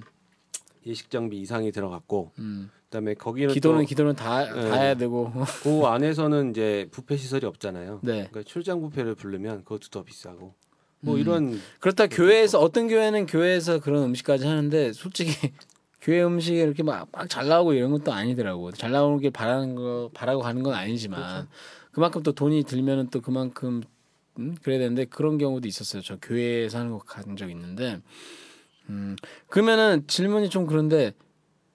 [SPEAKER 4] 예식장비 이상이 들어갔고
[SPEAKER 2] 음.
[SPEAKER 4] 그다음에 거기는
[SPEAKER 2] 기도는
[SPEAKER 4] 또
[SPEAKER 2] 기도는 다
[SPEAKER 4] 네.
[SPEAKER 2] 다해야 되고.
[SPEAKER 4] 그 안에서는 이제 부페 시설이 없잖아요.
[SPEAKER 2] 네.
[SPEAKER 4] 그러니까 출장 부페를 부르면 그것도 더 비싸고 뭐
[SPEAKER 2] 음.
[SPEAKER 4] 이런
[SPEAKER 2] 그렇다 교회에서 어떤 교회는 교회에서 그런 음식까지 하는데 솔직히 교회 음식이 이렇게 막 잘 나오고 이런 것도 아니더라고. 잘 나오길 바라는 거 바라고 가는 건 아니지만 그만큼또 돈이 들면은 또 그만큼 음, 그래야 되는데 그런 경우도 있었어요. 저 교회에서 하는 거 간 적 있는데 음 그러면은 질문이 좀 그런데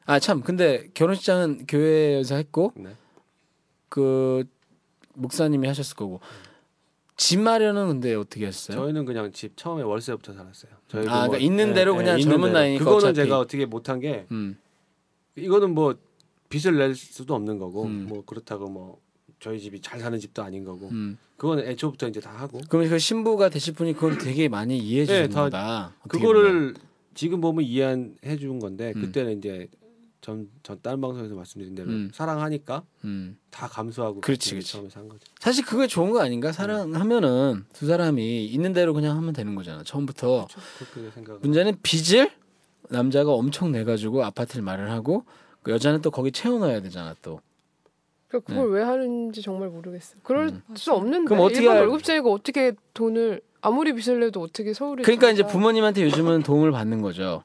[SPEAKER 2] 아 참 근데 결혼식장은 교회에서 했고
[SPEAKER 4] 네.
[SPEAKER 2] 그 목사님이 하셨을 거고 집 마련은 근데 어떻게 했어요?
[SPEAKER 4] 저희는 그냥 집 처음에 월세부터 살았어요. 네, 저희
[SPEAKER 2] 아, 그러니까 있는 대로 그냥 젊은 나이니까
[SPEAKER 4] 그거는
[SPEAKER 2] 어차피.
[SPEAKER 4] 제가 어떻게 못한 게
[SPEAKER 2] 음.
[SPEAKER 4] 이거는 뭐 빚을 낼 수도 없는 거고
[SPEAKER 2] 음.
[SPEAKER 4] 뭐 그렇다고 뭐 저희 집이 잘 사는 집도 아닌 거고
[SPEAKER 2] 음.
[SPEAKER 4] 그거는 애초부터 이제 다 하고
[SPEAKER 2] 그럼 그 신부가 되실 분이 그걸 되게 많이 이해해
[SPEAKER 4] 네,
[SPEAKER 2] 주는
[SPEAKER 4] 다
[SPEAKER 2] 거다. 어떻게 보면.
[SPEAKER 4] 그거를 지금 보면 이해해 준 건데
[SPEAKER 2] 음.
[SPEAKER 4] 그때는 이제 전 전 다른 방송에서 말씀드린 대로
[SPEAKER 2] 음.
[SPEAKER 4] 사랑하니까
[SPEAKER 2] 음.
[SPEAKER 4] 다 감수하고
[SPEAKER 2] 그렇지,
[SPEAKER 4] 같이
[SPEAKER 2] 그렇지.
[SPEAKER 4] 처음에 산 거죠.
[SPEAKER 2] 사실 그게 좋은 거 아닌가? 사랑하면은 두 사람이 있는 대로 그냥 하면 되는 거잖아. 처음부터
[SPEAKER 4] 그렇게 생각.
[SPEAKER 2] 문제는 빚을 남자가 엄청 내 가지고 아파트를 마련하고 그 여자는 또 거기 채워 넣어야 되잖아 또.
[SPEAKER 6] 그러니까 그걸 왜 하는지 정말 모르겠어요. 그럴 수 없는데
[SPEAKER 2] 네. 음. 그럼 어떻게
[SPEAKER 6] 일반
[SPEAKER 2] 할-
[SPEAKER 6] 월급쟁이가 어떻게 돈을 아무리 빚을 내도 어떻게 서울에
[SPEAKER 2] 그러니까 이제
[SPEAKER 6] 살아?
[SPEAKER 2] 부모님한테 요즘은 도움을 받는 거죠.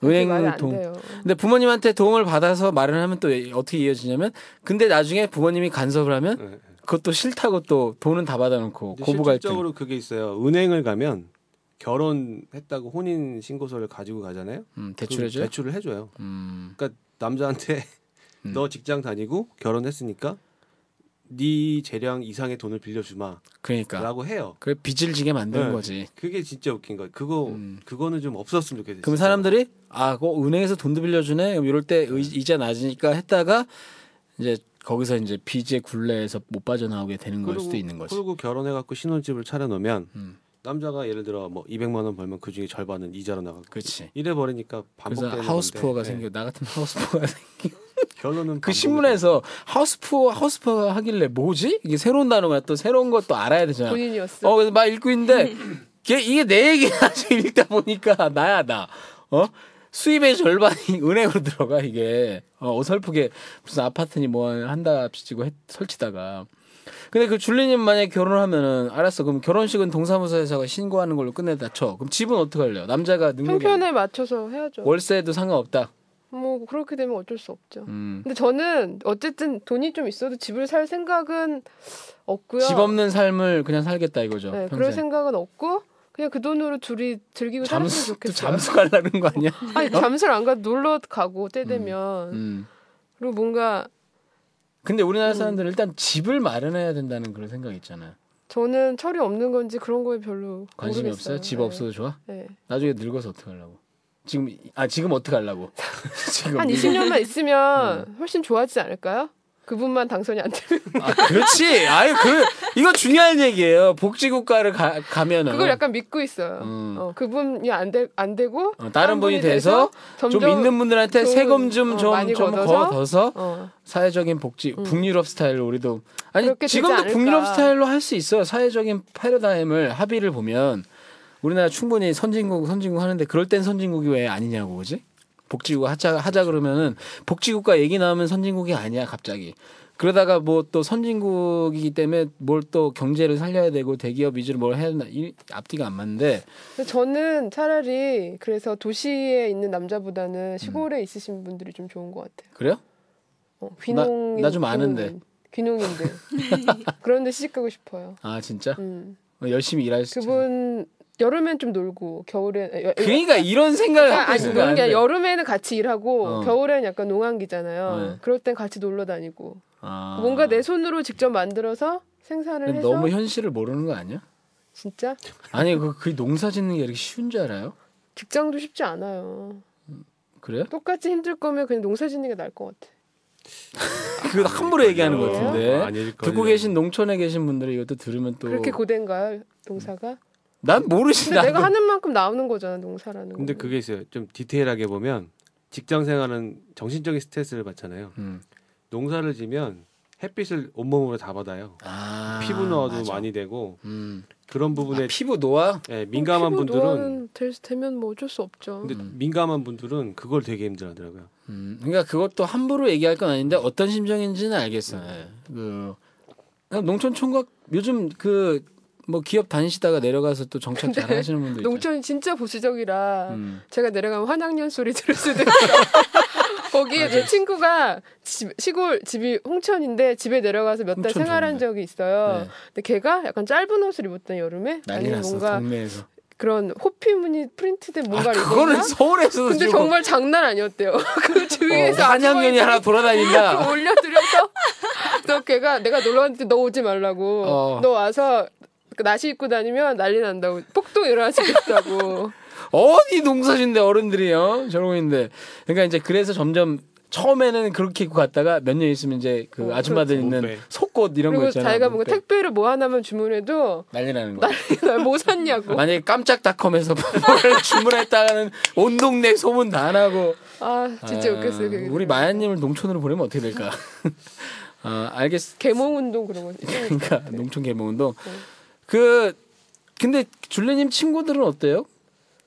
[SPEAKER 6] 그게 말이
[SPEAKER 2] 은행
[SPEAKER 6] 안
[SPEAKER 2] 도움.
[SPEAKER 6] 돼요.
[SPEAKER 2] 근데 부모님한테 도움을 받아서 마련하면 또 어떻게 이어지냐면 근데 나중에 부모님이 간섭을 하면 그것도 싫다고 또 돈은 다 받아놓고 고부 갈등.
[SPEAKER 4] 네. 실질적으로 그게 있어요. 은행을 가면 결혼했다고 혼인 신고서를 가지고 가잖아요.
[SPEAKER 2] 음,
[SPEAKER 4] 그
[SPEAKER 2] 대출해줘요.
[SPEAKER 4] 대출을 해줘요.
[SPEAKER 2] 음,
[SPEAKER 4] 그러니까 남자한테
[SPEAKER 2] 음.
[SPEAKER 4] 너 직장 다니고 결혼했으니까 네 재량 이상의 돈을 빌려주마라고
[SPEAKER 2] 그러니까
[SPEAKER 4] 해요.
[SPEAKER 2] 그래 빚을 지게 만드는
[SPEAKER 4] 네.
[SPEAKER 2] 거지.
[SPEAKER 4] 그게 진짜 웃긴 거예요. 그거
[SPEAKER 2] 음.
[SPEAKER 4] 그거는 좀 없었으면 좋겠어요.
[SPEAKER 2] 그럼 사람들이 아, 그 은행에서 돈도 빌려주네. 그럼 이럴 때 의- 이자 낮으니까 했다가 이제 거기서 이제 빚의 굴레에서 못 빠져나오게 되는 걸 수도 있는 거지.
[SPEAKER 4] 그리고 결혼해 갖고 신혼집을 차려놓으면
[SPEAKER 2] 음.
[SPEAKER 4] 남자가 예를 들어 뭐 200만 원 벌면 그 중에 절반은 이자로 나가고
[SPEAKER 2] 그렇지.
[SPEAKER 4] 이래 버리니까
[SPEAKER 2] 그래서
[SPEAKER 4] 반복되는
[SPEAKER 2] 하우스푸어가
[SPEAKER 4] 건데,
[SPEAKER 2] 생겨. 나 같은 하우스푸어가 생겨.
[SPEAKER 4] 네. 결론은
[SPEAKER 2] 그
[SPEAKER 4] 반복이
[SPEAKER 2] 신문에서 하우스푸어 하우스푸어가 하길래 뭐지? 이게 새로운 단어가 또 새로운 것도 알아야 되잖아.
[SPEAKER 4] 그러니까
[SPEAKER 6] 본인이었어.
[SPEAKER 2] 어, 그래서 막 읽고 있는데 이게, 이게 내 얘기야. 지금 읽다 보니까 나야 나. 어? 수입의 절반이 은행으로 들어가 이게 어, 어설프게 무슨 아파트니 뭐 한다치고 설치다가 근데 그 줄리님 만약에 결혼하면은 알았어 그럼 결혼식은 동사무소에서 신고하는 걸로 끝내다 쳐 그럼 집은 어떻게 할래요 남자가 능력이 안 돼.
[SPEAKER 6] 형편에 맞춰서 해야죠.
[SPEAKER 2] 월세도 상관없다
[SPEAKER 6] 뭐 그렇게 되면 어쩔 수 없죠.
[SPEAKER 2] 음.
[SPEAKER 6] 근데 저는 어쨌든 돈이 좀 있어도 집을 살 생각은 없고요.
[SPEAKER 2] 집 없는 삶을 그냥 살겠다 이거죠
[SPEAKER 6] 네, 그럴
[SPEAKER 2] 평생
[SPEAKER 6] 생각은 없고 그냥 그 돈으로 둘이 즐기고 살았으면
[SPEAKER 2] 잠수 또
[SPEAKER 6] 좋겠어요.
[SPEAKER 2] 잠수 가려는 거 아니야
[SPEAKER 6] 아니 잠수를 안 가도 놀러 가고 때 되면
[SPEAKER 2] 음.
[SPEAKER 6] 그리고 뭔가
[SPEAKER 2] 근데
[SPEAKER 6] 음.
[SPEAKER 2] 우리나라 사람들은 일단 집을 마련해야 된다는 그런 생각이 있잖아요
[SPEAKER 6] 저는 철이 없는 건지 그런 거에 별로
[SPEAKER 2] 관심이
[SPEAKER 6] 모르겠어요.
[SPEAKER 2] 없어요? 집
[SPEAKER 6] 네.
[SPEAKER 2] 없어도 좋아?
[SPEAKER 6] 네.
[SPEAKER 2] 나중에 늙어서 어떻게 하려고? 지금 이- 아 지금 어떻게 하려고? 지금
[SPEAKER 6] 한
[SPEAKER 2] 늙-
[SPEAKER 6] 20년만
[SPEAKER 2] 네.
[SPEAKER 6] 있으면 훨씬 좋아지지 않을까요? 그분만 당선이 안 되면
[SPEAKER 2] 아, 그렇지. 아유 그 이거 중요한 얘기예요. 복지국가를 가, 가면은
[SPEAKER 6] 그걸 약간 믿고 있어요.
[SPEAKER 2] 네. 음.
[SPEAKER 6] 어, 그분이 안, 되, 안 되고
[SPEAKER 2] 어, 다른 분이 돼서 좀 있는 분들한테
[SPEAKER 6] 좀,
[SPEAKER 2] 세금 좀
[SPEAKER 6] 어,
[SPEAKER 2] 좀
[SPEAKER 6] 많이
[SPEAKER 2] 좀
[SPEAKER 6] 걷어서?
[SPEAKER 2] 걷어서
[SPEAKER 6] 어,
[SPEAKER 2] 사회적인 복지 북유럽 스타일로 우리도 아니
[SPEAKER 6] 음. 그렇게 되지
[SPEAKER 2] 지금도
[SPEAKER 6] 않을까.
[SPEAKER 2] 북유럽 스타일로 할 수 있어요. 사회적인 패러다임을 합의를 보면 우리나라 충분히 선진국 선진국 하는데 그럴 땐 선진국이 왜 아니냐고 그지? 복지국 하자 하자 그러면은 복지국가 얘기 나오면 선진국이 아니야 갑자기. 그러다가 뭐 또 선진국이기 때문에 뭘 또 경제를 살려야 되고 대기업 위주로 뭘 해야 된다 이 앞뒤가 안 맞는데
[SPEAKER 6] 근데 저는 차라리 그래서 도시에 있는
[SPEAKER 2] 음.
[SPEAKER 6] 남자보다는 시골에 있으신 분들이 좀 좋은 것 같아요.
[SPEAKER 2] 그래요?
[SPEAKER 6] 어, 귀농
[SPEAKER 2] 나좀 아는데.
[SPEAKER 6] 귀농인들 그런데 시집 가고 싶어요.
[SPEAKER 2] 아 진짜
[SPEAKER 6] 음.
[SPEAKER 2] 열심히 일할 수.
[SPEAKER 6] 그분 여름엔 좀 놀고 겨울엔 아, 여-
[SPEAKER 2] 그러니까 이런 생각을
[SPEAKER 6] 아,
[SPEAKER 2] 하고
[SPEAKER 6] 아니
[SPEAKER 2] 있는 거야.
[SPEAKER 6] 그런 게 여름에는 같이 일하고
[SPEAKER 2] 어.
[SPEAKER 6] 겨울엔 약간 농한기잖아요.
[SPEAKER 2] 네.
[SPEAKER 6] 그럴 땐 같이 놀러 다니고
[SPEAKER 2] 아.
[SPEAKER 6] 뭔가 내 손으로 직접 만들어서 생산을 해서
[SPEAKER 2] 너무 현실을 모르는 거 아니야?
[SPEAKER 6] 진짜
[SPEAKER 2] 아니 그, 그 농사 짓는 게 이렇게 쉬운 줄 알아요?
[SPEAKER 6] 직장도 쉽지 않아요.
[SPEAKER 2] 그래?
[SPEAKER 6] 똑같이 힘들 거면 그냥 농사 짓는 게 나을 것 같아.
[SPEAKER 2] 그거 함부로 얘기하는 것 같은데.
[SPEAKER 4] 아닐 거예요.
[SPEAKER 2] 듣고 계신 농촌에 계신 분들이 이것도 들으면
[SPEAKER 6] 그렇게 고된가 농사가?
[SPEAKER 2] 또 난 모르시
[SPEAKER 6] 근데
[SPEAKER 2] 나. 그
[SPEAKER 6] 내가 하는 만큼 나오는 거잖아 농사라는 거.
[SPEAKER 4] 근데 그게 있어요. 좀 디테일하게 보면 직장 생활은 정신적인 스트레스를 받잖아요.
[SPEAKER 2] 음.
[SPEAKER 4] 농사를 지면 햇빛을 온몸으로 다 받아요.
[SPEAKER 2] 아,
[SPEAKER 4] 피부 노화도
[SPEAKER 2] 맞아.
[SPEAKER 4] 많이 되고
[SPEAKER 2] 음.
[SPEAKER 4] 그런
[SPEAKER 2] 아,
[SPEAKER 4] 부분에
[SPEAKER 2] 피부 어, 노화?
[SPEAKER 4] 예, 민감한
[SPEAKER 6] 뭐
[SPEAKER 4] 분들은
[SPEAKER 6] 될 되면 뭐 어쩔 수 없죠.
[SPEAKER 4] 근데 민감한 분들은 그걸 되게 힘들어하더라고요.
[SPEAKER 2] 음, 그러니까 그것도 함부로 얘기할 건 아닌데 어떤 심정인지는 알겠어요. 예. 그 그냥 농촌 총각 요즘 그 뭐 기업 다니시다가 내려가서 또 정착 잘 하시는 분들 있잖아요.
[SPEAKER 6] 농촌이 진짜 보수적이라
[SPEAKER 2] 음.
[SPEAKER 6] 제가 내려가면 환양년 소리 들을 수도 있어.
[SPEAKER 2] 아,
[SPEAKER 6] 거기에
[SPEAKER 2] 네.
[SPEAKER 6] 제 친구가 집- 시골 집이 홍천인데 집에 내려가서 몇 달
[SPEAKER 2] 홍천
[SPEAKER 6] 생활한
[SPEAKER 2] 좋은데.
[SPEAKER 6] 적이 있어요.
[SPEAKER 2] 네.
[SPEAKER 6] 근데 걔가 약간 짧은 옷을 입었던 여름에
[SPEAKER 2] 난리
[SPEAKER 6] 아니면
[SPEAKER 2] 났어
[SPEAKER 6] 뭔가
[SPEAKER 2] 동네에서.
[SPEAKER 6] 그런 호피 무늬 프린트된
[SPEAKER 2] 아
[SPEAKER 6] 뭔가를
[SPEAKER 2] 그거는
[SPEAKER 6] 입었나?
[SPEAKER 2] 서울에서도
[SPEAKER 6] 근데
[SPEAKER 2] 지금
[SPEAKER 6] 정말 장난 아니었대요. 그 주위에서
[SPEAKER 2] 어, 한양면이 하나 돌아다닌다.
[SPEAKER 6] 그 올려드려서 너 걔가 내가 놀러 왔는데 너 오지 말라고
[SPEAKER 2] 어.
[SPEAKER 6] 너 와서 그 나시 입고 다니면 난리 난다고 폭동 일어나시겠다고
[SPEAKER 2] 어디 농사진데 어른들이요 저러고 있는데 그러니까 이제 그래서 점점 처음에는 그렇게 입고 갔다가 몇 년 있으면 이제 그
[SPEAKER 6] 어,
[SPEAKER 2] 아줌마들
[SPEAKER 4] 그렇지.
[SPEAKER 2] 입는
[SPEAKER 4] 몸빼.
[SPEAKER 2] 속옷 이런 거
[SPEAKER 6] 그리고
[SPEAKER 2] 있잖아 그러니까
[SPEAKER 6] 자기가 뭔가
[SPEAKER 2] 몸빼.
[SPEAKER 6] 택배를 뭐 하나만 주문해도
[SPEAKER 2] 난리나는 거
[SPEAKER 6] 뭐 샀냐고
[SPEAKER 2] 만약에 깜짝닷컴에서 뭘 주문했다가는 온 동네 소문 다 나고
[SPEAKER 6] 아 진짜
[SPEAKER 2] 아,
[SPEAKER 6] 웃겼어요 그게
[SPEAKER 2] 우리 마야님을 농촌으로 보내면 어떻게 될까 아 알겠
[SPEAKER 6] 개몽 운동 그런 거 있어요.
[SPEAKER 2] 그러니까 농촌 개모 운동.
[SPEAKER 6] 네.
[SPEAKER 2] 그 근데 줄리님 친구들은 어때요?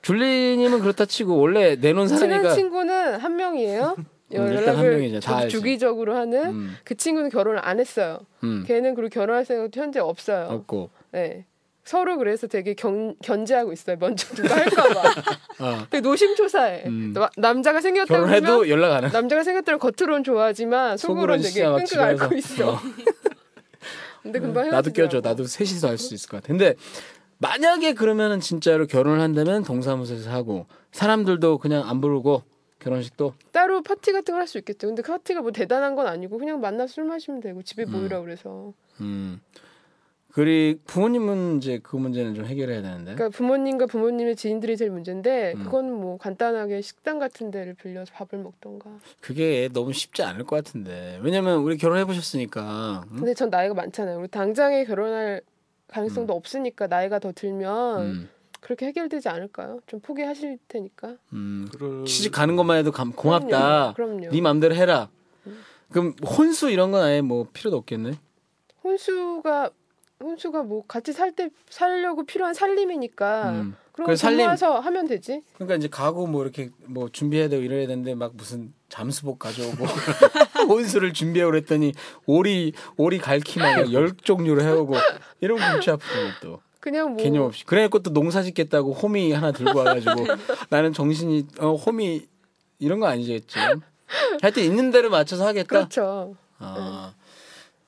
[SPEAKER 2] 줄리님은 그렇다 치고 원래 내놓은
[SPEAKER 6] 친한
[SPEAKER 2] 사람이가 음,
[SPEAKER 6] 친구는 한 명이에요
[SPEAKER 2] 일단 한 명이죠.
[SPEAKER 6] 연락을
[SPEAKER 2] 다 알지.
[SPEAKER 6] 주, 기적으로 하는
[SPEAKER 2] 음.
[SPEAKER 6] 그 친구는 결혼을 안 했어요
[SPEAKER 2] 음,
[SPEAKER 6] 걔는 그리고 결혼할 생각도 현재 없어요
[SPEAKER 2] 없고
[SPEAKER 6] 네. 서로 그래서 되게 견, 견제하고 있어요. 먼저 누가 할까봐.
[SPEAKER 2] 어.
[SPEAKER 6] 되게 노심초사해.
[SPEAKER 2] 음.
[SPEAKER 6] 나- 남자가 생겼다고
[SPEAKER 2] 결혼해도
[SPEAKER 6] 하면
[SPEAKER 2] 연락 안 해.
[SPEAKER 6] 남자가 생겼다고 겉으로는 좋아하지만 속으로는 되게
[SPEAKER 2] 진짜 막
[SPEAKER 6] 끙끙 앓고
[SPEAKER 2] 지랄해서.
[SPEAKER 6] 있어.
[SPEAKER 2] 어.
[SPEAKER 6] 근데 금방 헤어지더라고.
[SPEAKER 2] 나도 껴줘. 나도 셋이서 할 수 있을 것 같아. 근데 만약에 그러면은 진짜로 결혼을 한다면 동사무소에서 하고 사람들도 그냥 안 부르고 결혼식도
[SPEAKER 6] 따로 파티 같은 걸 할 수 있겠죠. 근데 그 파티가 뭐 대단한 건 아니고 그냥 만나 술 마시면 되고 집에 모이라 그래서.
[SPEAKER 2] 음. 그리 부모님은 이제 그 문제는 좀 해결해야 되는데.
[SPEAKER 6] 그러니까 부모님과 부모님의 지인들이 제일 문제인데
[SPEAKER 2] 네? 음.
[SPEAKER 6] 그건 뭐 간단하게 식당 같은 데를 빌려서 밥을
[SPEAKER 2] 음?
[SPEAKER 6] 먹던가.
[SPEAKER 2] 그게 너무 쉽지 않을 것 같은데. 왜냐면 우리 결혼해 보셨으니까. 응?
[SPEAKER 6] 근데 전 나이가 많잖아요. 우리 당장에 결혼할 가능성도 없으니까 나이가 더 들면
[SPEAKER 2] 음,
[SPEAKER 6] 그렇게 해결되지 않을까요? 좀 포기하실 테니까.
[SPEAKER 2] 음.
[SPEAKER 4] 그럴-
[SPEAKER 2] 시집 가는 것만 해도 감, 고맙다.
[SPEAKER 6] 그럼요. 음. 그럼요.
[SPEAKER 2] 네 맘대로 해라. 그럼 혼수 이런 건 아예 뭐 필요도 없겠네.
[SPEAKER 6] 혼수가 혼수가 뭐 같이 살 때 살려고 필요한 살림이니까
[SPEAKER 2] 음.
[SPEAKER 6] 그런
[SPEAKER 2] 그
[SPEAKER 6] 거
[SPEAKER 2] 살림.
[SPEAKER 6] 살림해서 하면 되지.
[SPEAKER 2] 그러니까 이제 가고 뭐 이렇게 뭐 준비해야 되고 이래야 되는데 막 무슨 잠수복 가져오고 혼수를 준비하고 그랬더니 오리 오리 갈키만 열 종류로 해오고 이런 거 골치 아프고 또
[SPEAKER 6] 그냥 뭐
[SPEAKER 2] 개념 없이 그래갖고 또 농사 짓겠다고 호미 하나 들고
[SPEAKER 6] 네.
[SPEAKER 2] 와가지고 나는 정신이 어 호미 이런 거 아니겠지 하여튼 있는 대로 맞춰서 하겠다
[SPEAKER 6] 그렇죠.
[SPEAKER 2] 아,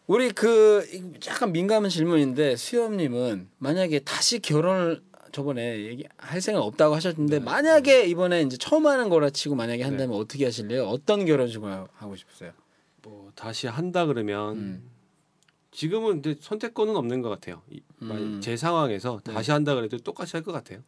[SPEAKER 2] 우리 그 약간 민감한 질문인데 수염님은 만약에 다시 결혼을 저번에 얘기할 생각 없다고
[SPEAKER 4] 네.
[SPEAKER 2] 하셨는데 만약에 이번에 이제 처음 하는 거라 치고 만약에 한다면 어떻게 하실래요? 어떤 결혼식을 하- 하고 싶으세요?
[SPEAKER 4] 뭐 다시 한다 그러면
[SPEAKER 2] 음.
[SPEAKER 4] 지금은 이제 선택권은 없는 것 같아요. 이- 마-
[SPEAKER 2] 음.
[SPEAKER 4] 제 상황에서
[SPEAKER 2] 네.
[SPEAKER 4] 다시 한다 그래도 똑같이 할 것 같아요.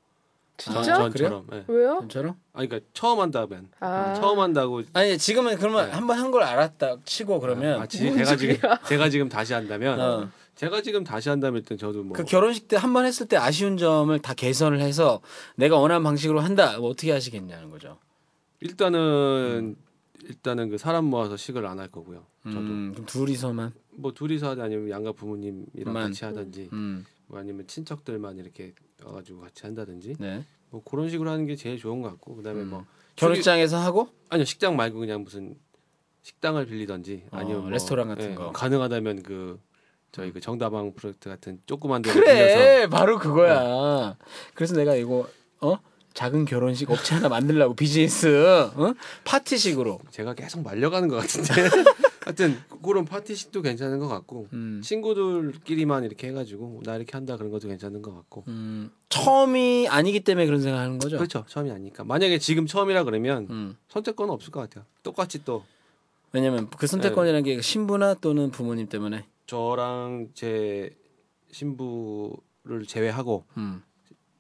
[SPEAKER 6] 진짜?
[SPEAKER 2] 아,
[SPEAKER 4] 전처럼. 예.
[SPEAKER 6] 왜요?
[SPEAKER 2] 저처럼?
[SPEAKER 4] 아 그러니까 처음 한다면
[SPEAKER 6] 아.
[SPEAKER 4] 처음 한다고
[SPEAKER 2] 아니 지금은 그러면 한 번 한 걸 알았다 치고 그러면
[SPEAKER 4] 네. 아, 지, 제가 지금 제가 지금 다시 한다면
[SPEAKER 2] 어.
[SPEAKER 4] 제가 지금 다시 한다면 일단 저도 뭐
[SPEAKER 2] 그 결혼식 때 한 번 했을 때 아쉬운 점을 다 개선을 해서 내가 원하는 방식으로 한다. 뭐 어떻게 하시겠냐는 거죠.
[SPEAKER 4] 일단은 일단은 그 사람 모아서 식을 안 할 거고요. 저도
[SPEAKER 2] 음, 그럼 둘이서만.
[SPEAKER 4] 뭐 둘이서 하든 아니면 양가 부모님이랑
[SPEAKER 2] 만.
[SPEAKER 4] 같이 하든지
[SPEAKER 2] 음.
[SPEAKER 4] 뭐 아니면 친척들만 이렇게 와가지고 같이 한다든지
[SPEAKER 2] 네.
[SPEAKER 4] 뭐 그런 식으로 하는 게 제일 좋은 것 같고 그다음에
[SPEAKER 2] 음.
[SPEAKER 4] 뭐
[SPEAKER 2] 결혼식장에서 하고
[SPEAKER 4] 아니요 식장 말고 그냥 무슨 식당을 빌리던지
[SPEAKER 2] 어,
[SPEAKER 4] 아니면 뭐,
[SPEAKER 2] 레스토랑 같은
[SPEAKER 4] 예,
[SPEAKER 2] 거.
[SPEAKER 4] 가능하다면 그 저희 그 정다방 프로젝트 같은 조그만 데를 예, 빌려서 네.
[SPEAKER 2] 그래 바로 그거야 그래서 내가 이거 어 작은 결혼식 업체 하나 만들려고 비즈니스 어? 파티식으로
[SPEAKER 4] 제가 계속 말려가는 것 같은데 하여튼 그런 파티식도 괜찮은 것 같고
[SPEAKER 2] 음.
[SPEAKER 4] 친구들끼리만 이렇게 해가지고 나 이렇게 한다 그런 것도 괜찮은 것 같고
[SPEAKER 2] 음, 처음이 아니기 때문에 그런 생각하는 거죠
[SPEAKER 4] 그렇죠 처음이 아니니까 만약에 지금 처음이라 그러면
[SPEAKER 2] 음.
[SPEAKER 4] 선택권은 없을 것 같아요 똑같이 또
[SPEAKER 2] 왜냐면 그 선택권이라는 게 신부나 또는 부모님 때문에
[SPEAKER 4] 저랑 제 신부를 제외하고
[SPEAKER 2] 음.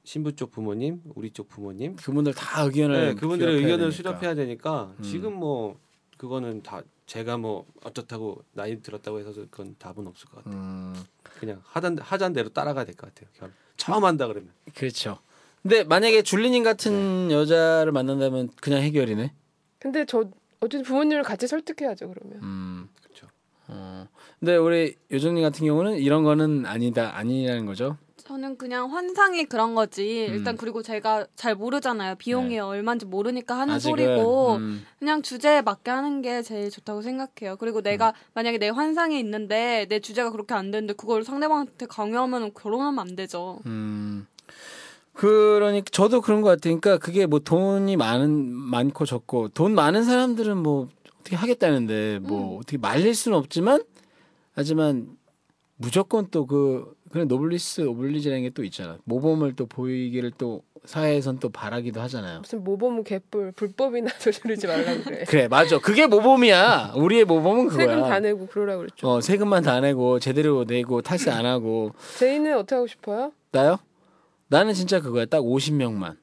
[SPEAKER 4] 신부 쪽 부모님, 우리 쪽 부모님,
[SPEAKER 2] 그분들 다 의견을
[SPEAKER 4] 네, 그분들의
[SPEAKER 2] 수렴해야
[SPEAKER 4] 의견을
[SPEAKER 2] 되니까.
[SPEAKER 4] 수렴해야 되니까
[SPEAKER 2] 음.
[SPEAKER 4] 지금 뭐 그거는 다 제가 뭐 어떻다고 나이 들었다고 해서 그건 답은 없을 것 같아요.
[SPEAKER 2] 음,
[SPEAKER 4] 그냥 하단 하잔 대로 따라가야 될 것 같아요. 결혼. 처음 한다 그러면
[SPEAKER 2] 그렇죠. 근데 만약에 줄리님
[SPEAKER 4] 네.
[SPEAKER 2] 같은 여자를 만난다면 그냥 해결이네.
[SPEAKER 6] 근데 저 어쨌든 부모님을 같이 설득해야죠 그러면.
[SPEAKER 2] 음.
[SPEAKER 4] 그렇죠.
[SPEAKER 2] 어. 근데 우리 요정님 같은 경우는 이런 거는 아니다 아니라는 거죠.
[SPEAKER 3] 저는 그냥 환상이 그런 거지.
[SPEAKER 2] 음.
[SPEAKER 3] 일단 그리고 제가 잘 모르잖아요. 비용이
[SPEAKER 2] 네.
[SPEAKER 3] 얼마인지 모르니까 하는
[SPEAKER 2] 아직은,
[SPEAKER 3] 소리고
[SPEAKER 2] 음,
[SPEAKER 3] 그냥 주제에 맞게 하는 게 제일 좋다고 생각해요. 그리고
[SPEAKER 2] 음.
[SPEAKER 3] 내가 만약에 내 환상이 있는데 내 주제가 그렇게 안 되는데 그걸 상대방한테 강요하면 결혼하면 안 되죠.
[SPEAKER 2] 음. 그러니까 저도 그런 것 같으니까 그게 뭐 돈이 많은 많고 적고 돈 많은 사람들은 뭐 어떻게 하겠다는데 뭐
[SPEAKER 3] 음.
[SPEAKER 2] 어떻게 말릴 수는 없지만 하지만 무조건 또 그 그냥 노블리스 오블리지라는 게 또 있잖아 모범을 또 보이기를 또 사회에선 또 바라기도 하잖아요.
[SPEAKER 6] 무슨 모범 개뿔 불법이나 저지르지 말라고 그래.
[SPEAKER 2] 그래 맞아 그게 모범이야 우리의 모범은 그거야.
[SPEAKER 6] 세금 다 내고 그러라고 그랬죠.
[SPEAKER 2] 어 세금만 다 내고 제대로 내고 탈세 안 하고
[SPEAKER 6] 제이는 어떻게 하고 싶어요?
[SPEAKER 2] 나요? 나는 진짜 그거야 딱 50명만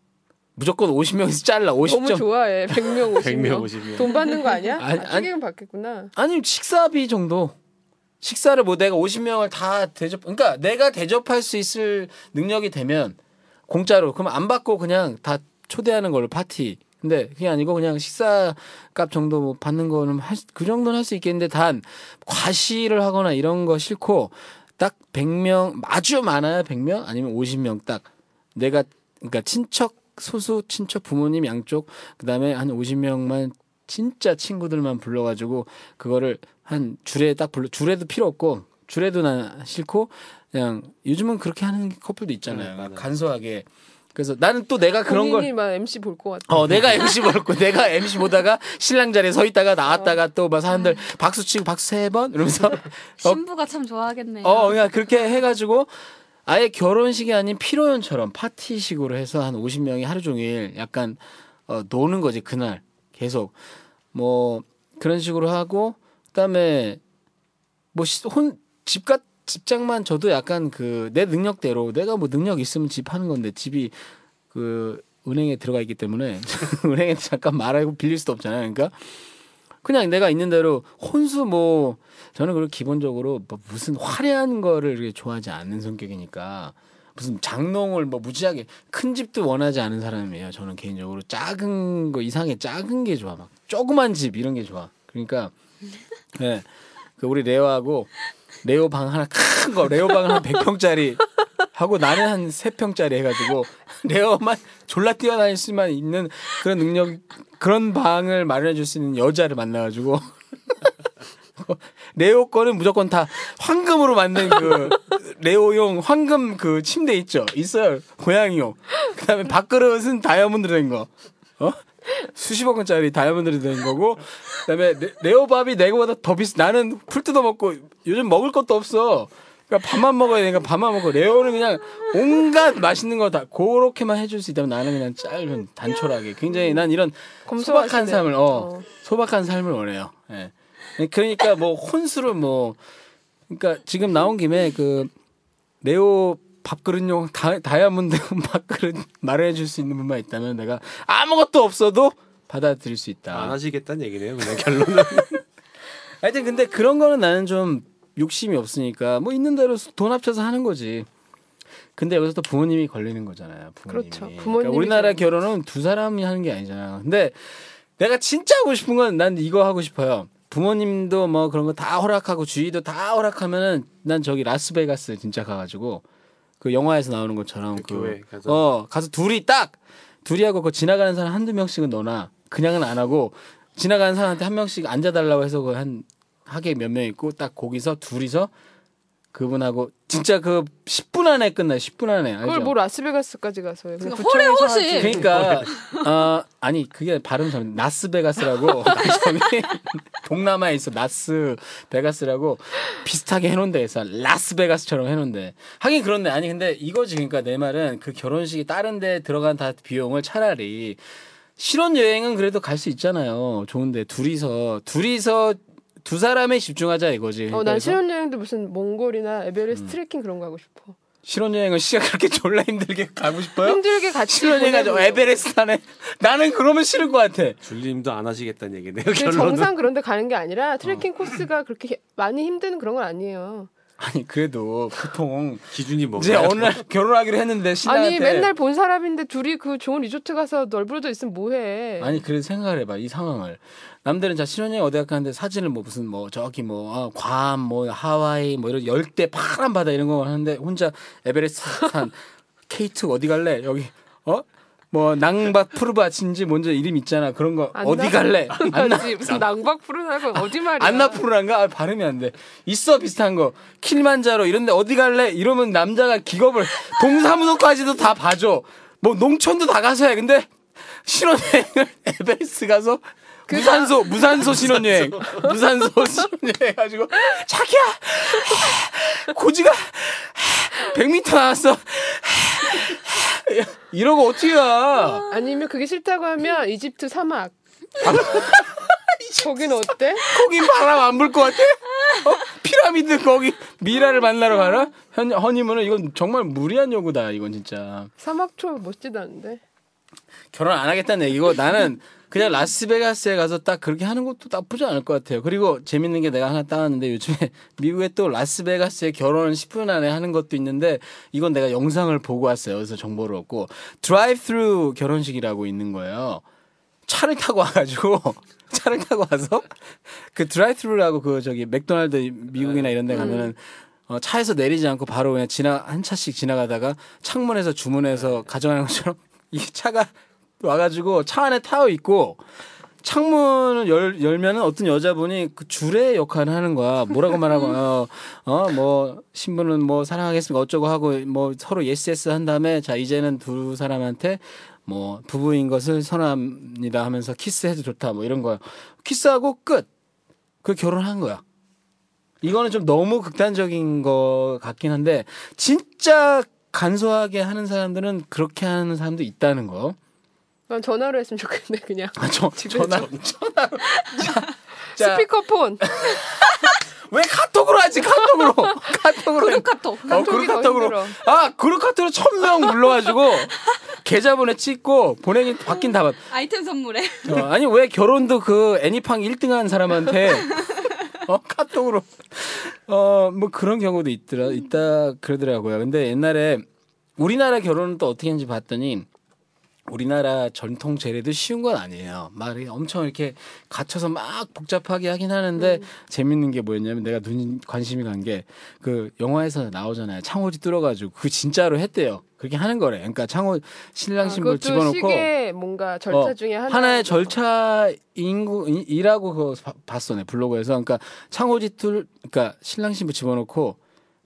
[SPEAKER 2] 무조건 50명에서 잘라
[SPEAKER 6] 너무
[SPEAKER 2] 50점
[SPEAKER 6] 좋아해. 100명, 50명.
[SPEAKER 4] 150명.
[SPEAKER 6] 돈 받는 거 아니야?
[SPEAKER 2] 아니,
[SPEAKER 6] 아,
[SPEAKER 2] 아니.
[SPEAKER 6] 축의금 받겠구나.
[SPEAKER 2] 아니면 식사비 정도 식사를 뭐 내가 50명을 다 대접 그러니까 내가 대접할 수 있을 능력이 되면 공짜로 그럼 안 받고 그냥 다 초대하는 걸로 파티 근데 그게 아니고 그냥 식사값 정도 뭐 받는 거는 할, 수- 그 정도는 할 수 있겠는데 단 과시를 하거나 이런 거 싫고 딱 100명 아주 많아야 100명 아니면 50명 딱 내가 그러니까 친척 소수 친척 부모님 양쪽 그다음에 한 50명만 진짜 친구들만 불러가지고 그거를 한 줄에 딱 불러 줄에도 필요 없고 줄에도 난 싫고 그냥 요즘은 그렇게 하는 커플도 있잖아요
[SPEAKER 4] 네, 맞아요.
[SPEAKER 2] 간소하게 그래서 나는 또 내가 아, 그런 걸
[SPEAKER 6] 본인이 막 MC 볼 것 같아.
[SPEAKER 2] 어, 내가 MC 보고 내가 MC 보다가 신랑 자리에 서 있다가
[SPEAKER 6] 어.
[SPEAKER 2] 나왔다가 또 막 사람들 박수 치고 박수 세 번 이러면서
[SPEAKER 3] 신부가 참 좋아하겠네요.
[SPEAKER 2] 어, 그냥 그렇게 해가지고 아예 결혼식이 아닌 피로연처럼 파티식으로 해서 한 50명이 하루 종일 약간 어, 노는 거지 그날 계속 뭐 그런 식으로 하고 그다음에 뭐 뭐혼집가 집장만 저도 약간 그 내 능력대로 내가 뭐 능력 있으면 집 하는 건데 집이 그 은행에 들어가 있기 때문에 은행에 잠깐 말하고 빌릴 수도 없잖아요. 그러니까 그냥 내가 있는 대로 혼수 뭐 저는 그리고 기본적으로 뭐 무슨 화려한 거를 이렇게 좋아하지 않는 성격이니까 무슨 장롱을 뭐 무지하게 큰 집도 원하지 않은 사람이에요. 저는 개인적으로 작은 거 이상의 작은 게 좋아. 막 조그만 집 이런 게 좋아. 그러니까 예. 그 우리 레오하고 레오 방 하나 큰 거 레오 방은 한 100평짜리 하고 나는 한 3평짜리 해 가지고 레오만 졸라 뛰어다닐 수만 있는 그런 능력 그런 방을 마련해 줄 수 있는 여자를 만나 가지고 레오 거는 무조건 다 황금으로 만든 그 레오용 황금 그 침대 있죠. 있어요. 고양이용. 그다음에 밥그릇은 다이아몬드로 된 거. 어? 수십억 원짜리 다이아몬드로 된 거고 그다음에 레, 레오 밥이 내거보다 더 비싸. 나는 풀 뜯어 먹고 요즘 먹을 것도 없어. 그러니까 밥만 먹어야 되니까 밥만 먹고 레오는 그냥 온갖 맛있는 거 다 그렇게만 해줄 수 있다면 나는 그냥 짧은 단촐하게 굉장히 난 이런
[SPEAKER 6] 검소하시네.
[SPEAKER 2] 소박한 삶을 어,
[SPEAKER 6] 어.
[SPEAKER 2] 소박한 삶을 원해요. 예. 그러니까 뭐 혼수를 뭐 그러니까 지금 나온 김에 그 네오 밥그릇용 다, 다이아몬드 밥그릇 마련해 줄 수 있는 분만 있다면 내가 아무것도 없어도 받아들일 수
[SPEAKER 4] 안
[SPEAKER 2] 있다.
[SPEAKER 4] 하시겠다는 얘기네요. 그냥
[SPEAKER 2] 어,
[SPEAKER 4] 결론은
[SPEAKER 2] 하여튼 근데 그런 거는 나는 좀 욕심이 없으니까 뭐 있는 대로 돈 합쳐서 하는 거지. 근데 여기서 또 부모님이 걸리는 거잖아요. 부모님이.
[SPEAKER 6] 그렇죠.
[SPEAKER 2] 그러니까
[SPEAKER 6] 부모님이
[SPEAKER 2] 우리나라
[SPEAKER 6] 걸리는
[SPEAKER 2] 결혼은 두 사람이 하는 게 아니잖아요. 근데 내가 진짜 하고 싶은 건 난 이거 하고 싶어요. 부모님도 뭐 그런 거 다 허락하고 주위도 다 허락하면은 난 저기 라스베가스 진짜 가가지고 그 영화에서 나오는 것처럼 그
[SPEAKER 4] 교회 가서.
[SPEAKER 2] 어, 가서 둘이 딱 둘이 하고 그 지나가는 사람 한두 명씩은 넣어놔. 그냥은 안 하고 지나가는 사람한테 한 명씩 앉아달라고 해서 그 한 하게 몇 명 있고 딱 거기서 둘이서 그분하고 진짜 그 10분 안에 끝나. 10분 안에 알죠?
[SPEAKER 6] 그걸 뭐 라스베가스까지 가서 해. 그냥
[SPEAKER 3] 그러니까
[SPEAKER 6] 부천에서
[SPEAKER 3] 호레호시!
[SPEAKER 6] 하지.
[SPEAKER 2] 그러니까 아 아니 그게 발음 잘못 나스베가스라고 나이점이 동남아에 있어 나스베가스라고 비슷하게 해놓은 데가 있어 라스베가스처럼 해놓은 데 하긴 그렇네 아니 근데 이거지 그러니까 내 말은 그 결혼식이 다른 데 들어간 다 비용을 차라리 실혼 여행은 그래도 갈 수 있잖아요 좋은데 둘이서 둘이서 두 사람에 집중하자 이거지
[SPEAKER 6] 어, 난
[SPEAKER 2] 그래서 음.
[SPEAKER 6] 신혼여행도 무슨 몽골이나 에베레스트 트레킹 그런 거 하고 싶어.
[SPEAKER 2] 신혼여행은 시작 그렇게 졸라 힘들게 가고 싶어요?
[SPEAKER 6] 힘들게 같이
[SPEAKER 2] 신혼여행 가죠.
[SPEAKER 6] 보내고.
[SPEAKER 2] 에베레스트하네. 나는 그러면 싫을 것 같아.
[SPEAKER 4] 줄님도 안 하시겠다는 얘기네요.
[SPEAKER 6] 근데
[SPEAKER 4] 결론은
[SPEAKER 6] 정상 그런데 가는 게 아니라
[SPEAKER 2] 어.
[SPEAKER 6] 트레킹 코스가 그렇게 많이 힘든 그런 건 아니에요.
[SPEAKER 2] 아니 그래도 보통
[SPEAKER 4] 기준이 뭔가요?
[SPEAKER 2] 이제 어느 날 결혼하기로 했는데 신랑한테
[SPEAKER 6] 아니 맨날 본 사람인데 둘이 그 좋은 리조트 가서 널브러져 있으면 뭐해?
[SPEAKER 2] 아니 그래도 생각을 해봐 이 상황을 남들은 자 신혼여행 어디 가는데 사진을 뭐 무슨 뭐 저기 뭐괌뭐 하와이 뭐 이런 열대 파란 바다 이런 거 하는데 혼자 에베레스트 산 K2 어디 갈래 여기 어뭐 낭바 푸르바친지 뭔지 이름 있잖아 그런 거
[SPEAKER 6] 안나-
[SPEAKER 2] 어디 갈래 안나
[SPEAKER 6] 그렇지 무슨 낭박 푸른하고 어디 말이야?
[SPEAKER 2] 안나푸르란가 아, 발음이 안 돼 있어 비슷한 거 킬만자로 이런데 어디 갈래 이러면 남자가 기겁을 동사무소까지도 다 봐줘 뭐 농촌도 다 가서 해 근데 신혼여행을 에베레스 가서 무산소 무산소 신혼여행 무산소 신혼여행 가지고 자기야 고지가 100m 나왔어 이러고 어떻게 가
[SPEAKER 6] 아니면 그게 싫다고 하면 이집트 사막. 거긴 어때?
[SPEAKER 2] 거긴 바람 안 불 것 같아? 어? 피라미드 거기 미라를 만나러 가나? 현, 허니문은 이건 정말 무리한 요구다 이건 진짜
[SPEAKER 6] 사막초 멋지다는데.
[SPEAKER 2] 결혼 안 하겠다는 얘기고 나는 그냥 라스베가스에 가서 딱 그렇게 하는 것도 나쁘지 않을 것 같아요 그리고 재밌는 게 내가 하나 따왔는데 요즘에 미국에 또 라스베가스에 결혼을 10분 안에 하는 것도 있는데 이건 내가 영상을 보고 왔어요 그래서 정보를 얻고 드라이브 스루 결혼식이라고 있는 거예요 차를 타고 와가지고 차를 타고 와서 그 드라이브스루라고 그 저기 맥도날드 미국이나 이런 데 가면은 어, 차에서 내리지 않고 바로 그냥 지나 한 차씩 지나가다가 창문에서 주문해서 가져가는 것처럼 이 차가 와가지고 차 안에 타여 있고 창문을 열, 열면은 어떤 여자분이 그 줄의 역할을 하는 거야. 뭐라고 말하고, 어, 어, 뭐, 신부는 뭐, 사랑하겠습니까? 어쩌고 하고, 뭐, 서로 예스, 예스 한 다음에, 자, 이제는 두 사람한테, 뭐, 부부인 것을 선합니다 하면서 키스해도 좋다, 뭐, 이런 거야. 키스하고 끝! 그 결혼한 거야. 이거는 좀 너무 극단적인 것 같긴 한데, 진짜 간소하게 하는 사람들은 그렇게 하는 사람도 있다는 거.
[SPEAKER 6] 난 전화로 했으면 좋겠네 그냥.
[SPEAKER 2] 아, 저, 전화, 전화로. 자, 자,
[SPEAKER 6] 스피커폰.
[SPEAKER 2] 왜 카톡으로 하지? 카톡으로. 카톡으로.
[SPEAKER 3] 그룹 카톡.
[SPEAKER 2] 어,
[SPEAKER 6] 카톡이
[SPEAKER 2] 그룹
[SPEAKER 6] 더
[SPEAKER 2] 카톡으로.
[SPEAKER 6] 힘들어.
[SPEAKER 2] 아, 그룹 카톡으로 천명 불러가지고 계좌번호 찍고 보내기 바뀐 답안.
[SPEAKER 3] 아이템 선물에.
[SPEAKER 2] 어, 아니 왜 결혼도 그 애니팡 1등한 사람한테 어, 카톡으로 어 뭐 그런 경우도 있더라 있다 그러더라고요. 근데 옛날에 우리나라 결혼은 또 어떻게 하는지 봤더니 우리나라 전통 재래도 쉬운 건 아니에요. 막 이렇게 엄청 이렇게 갇혀서 막 복잡하게 하긴
[SPEAKER 6] 음.
[SPEAKER 2] 하는데 재밌는 게 뭐였냐면 내가 눈 관심이 간 게 그 영화에서 나오잖아요. 창호지 뚫어가지고 그 진짜로 했대요. 그렇게 하는 거래. 그러니까 창호 신랑 신부
[SPEAKER 6] 아, 그것도
[SPEAKER 2] 뭐 집어넣고
[SPEAKER 6] 시계 뭔가 절차
[SPEAKER 2] 어,
[SPEAKER 6] 중에 하나.
[SPEAKER 2] 의 절차인이라고 그거 바- 봤어 내 블로그에서 그러니까 창호지 툴 그러니까 신랑 신부 집어넣고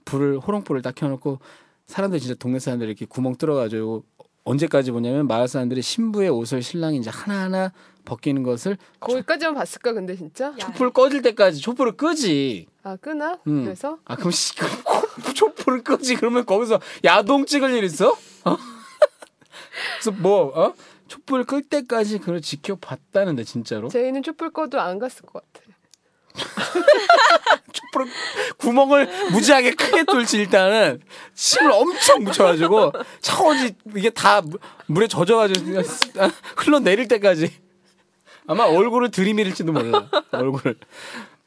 [SPEAKER 2] 불을 호롱불을 딱 켜놓고 사람들 진짜 동네 사람들이 이렇게 구멍 뚫어가지고 언제까지 보냐면 마을 사람들이 신부의 옷을 신랑이 이제 하나하나 벗기는 것을
[SPEAKER 6] 거기까지만 봤을까 근데 진짜?
[SPEAKER 3] 야.
[SPEAKER 2] 촛불 꺼질 때까지 촛불을 끄지
[SPEAKER 6] 아 끄나?
[SPEAKER 2] 음.
[SPEAKER 6] 그래서
[SPEAKER 2] 아 그럼 씨 그럼 촛불을 끄지 그러면 거기서 야동 찍을 일 있어? 어? 그래서 뭐 어? 촛불 끌 때까지 그걸 지켜봤다는데 진짜로
[SPEAKER 6] 제이는 촛불 꺼도 안 갔을 것 같아.
[SPEAKER 2] 촛불 구멍을 무지하게 크게 뚫지 일단은 침을 엄청 묻혀가지고 차원이 이게 다 물- 물에 젖어가지고 흘러내릴 때까지 아마 얼굴을 들이밀지도 몰라 얼굴을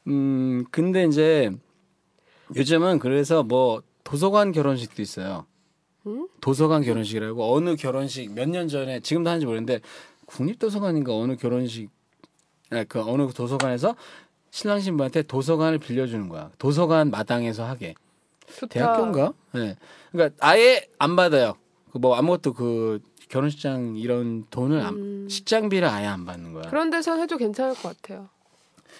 [SPEAKER 2] 음 근데 이제 요즘은 그래서 뭐 도서관 결혼식도 있어요 도서관 결혼식이라고 어느 결혼식 몇 년 전에 지금도 하는지 모르는데 국립도서관인가 어느 결혼식 아, 그 어느 도서관에서 신랑 신부한테 도서관을 빌려주는 거야. 도서관 마당에서 하게.
[SPEAKER 6] 좋다.
[SPEAKER 2] 대학교인가? 예. 그러니까 아예 안 받아요. 그 뭐 아무것도 그 결혼식장 이런 돈을 안- 식장비를 아예 안 받는 거야.
[SPEAKER 6] 그런 데서 해도 괜찮을 것 같아요.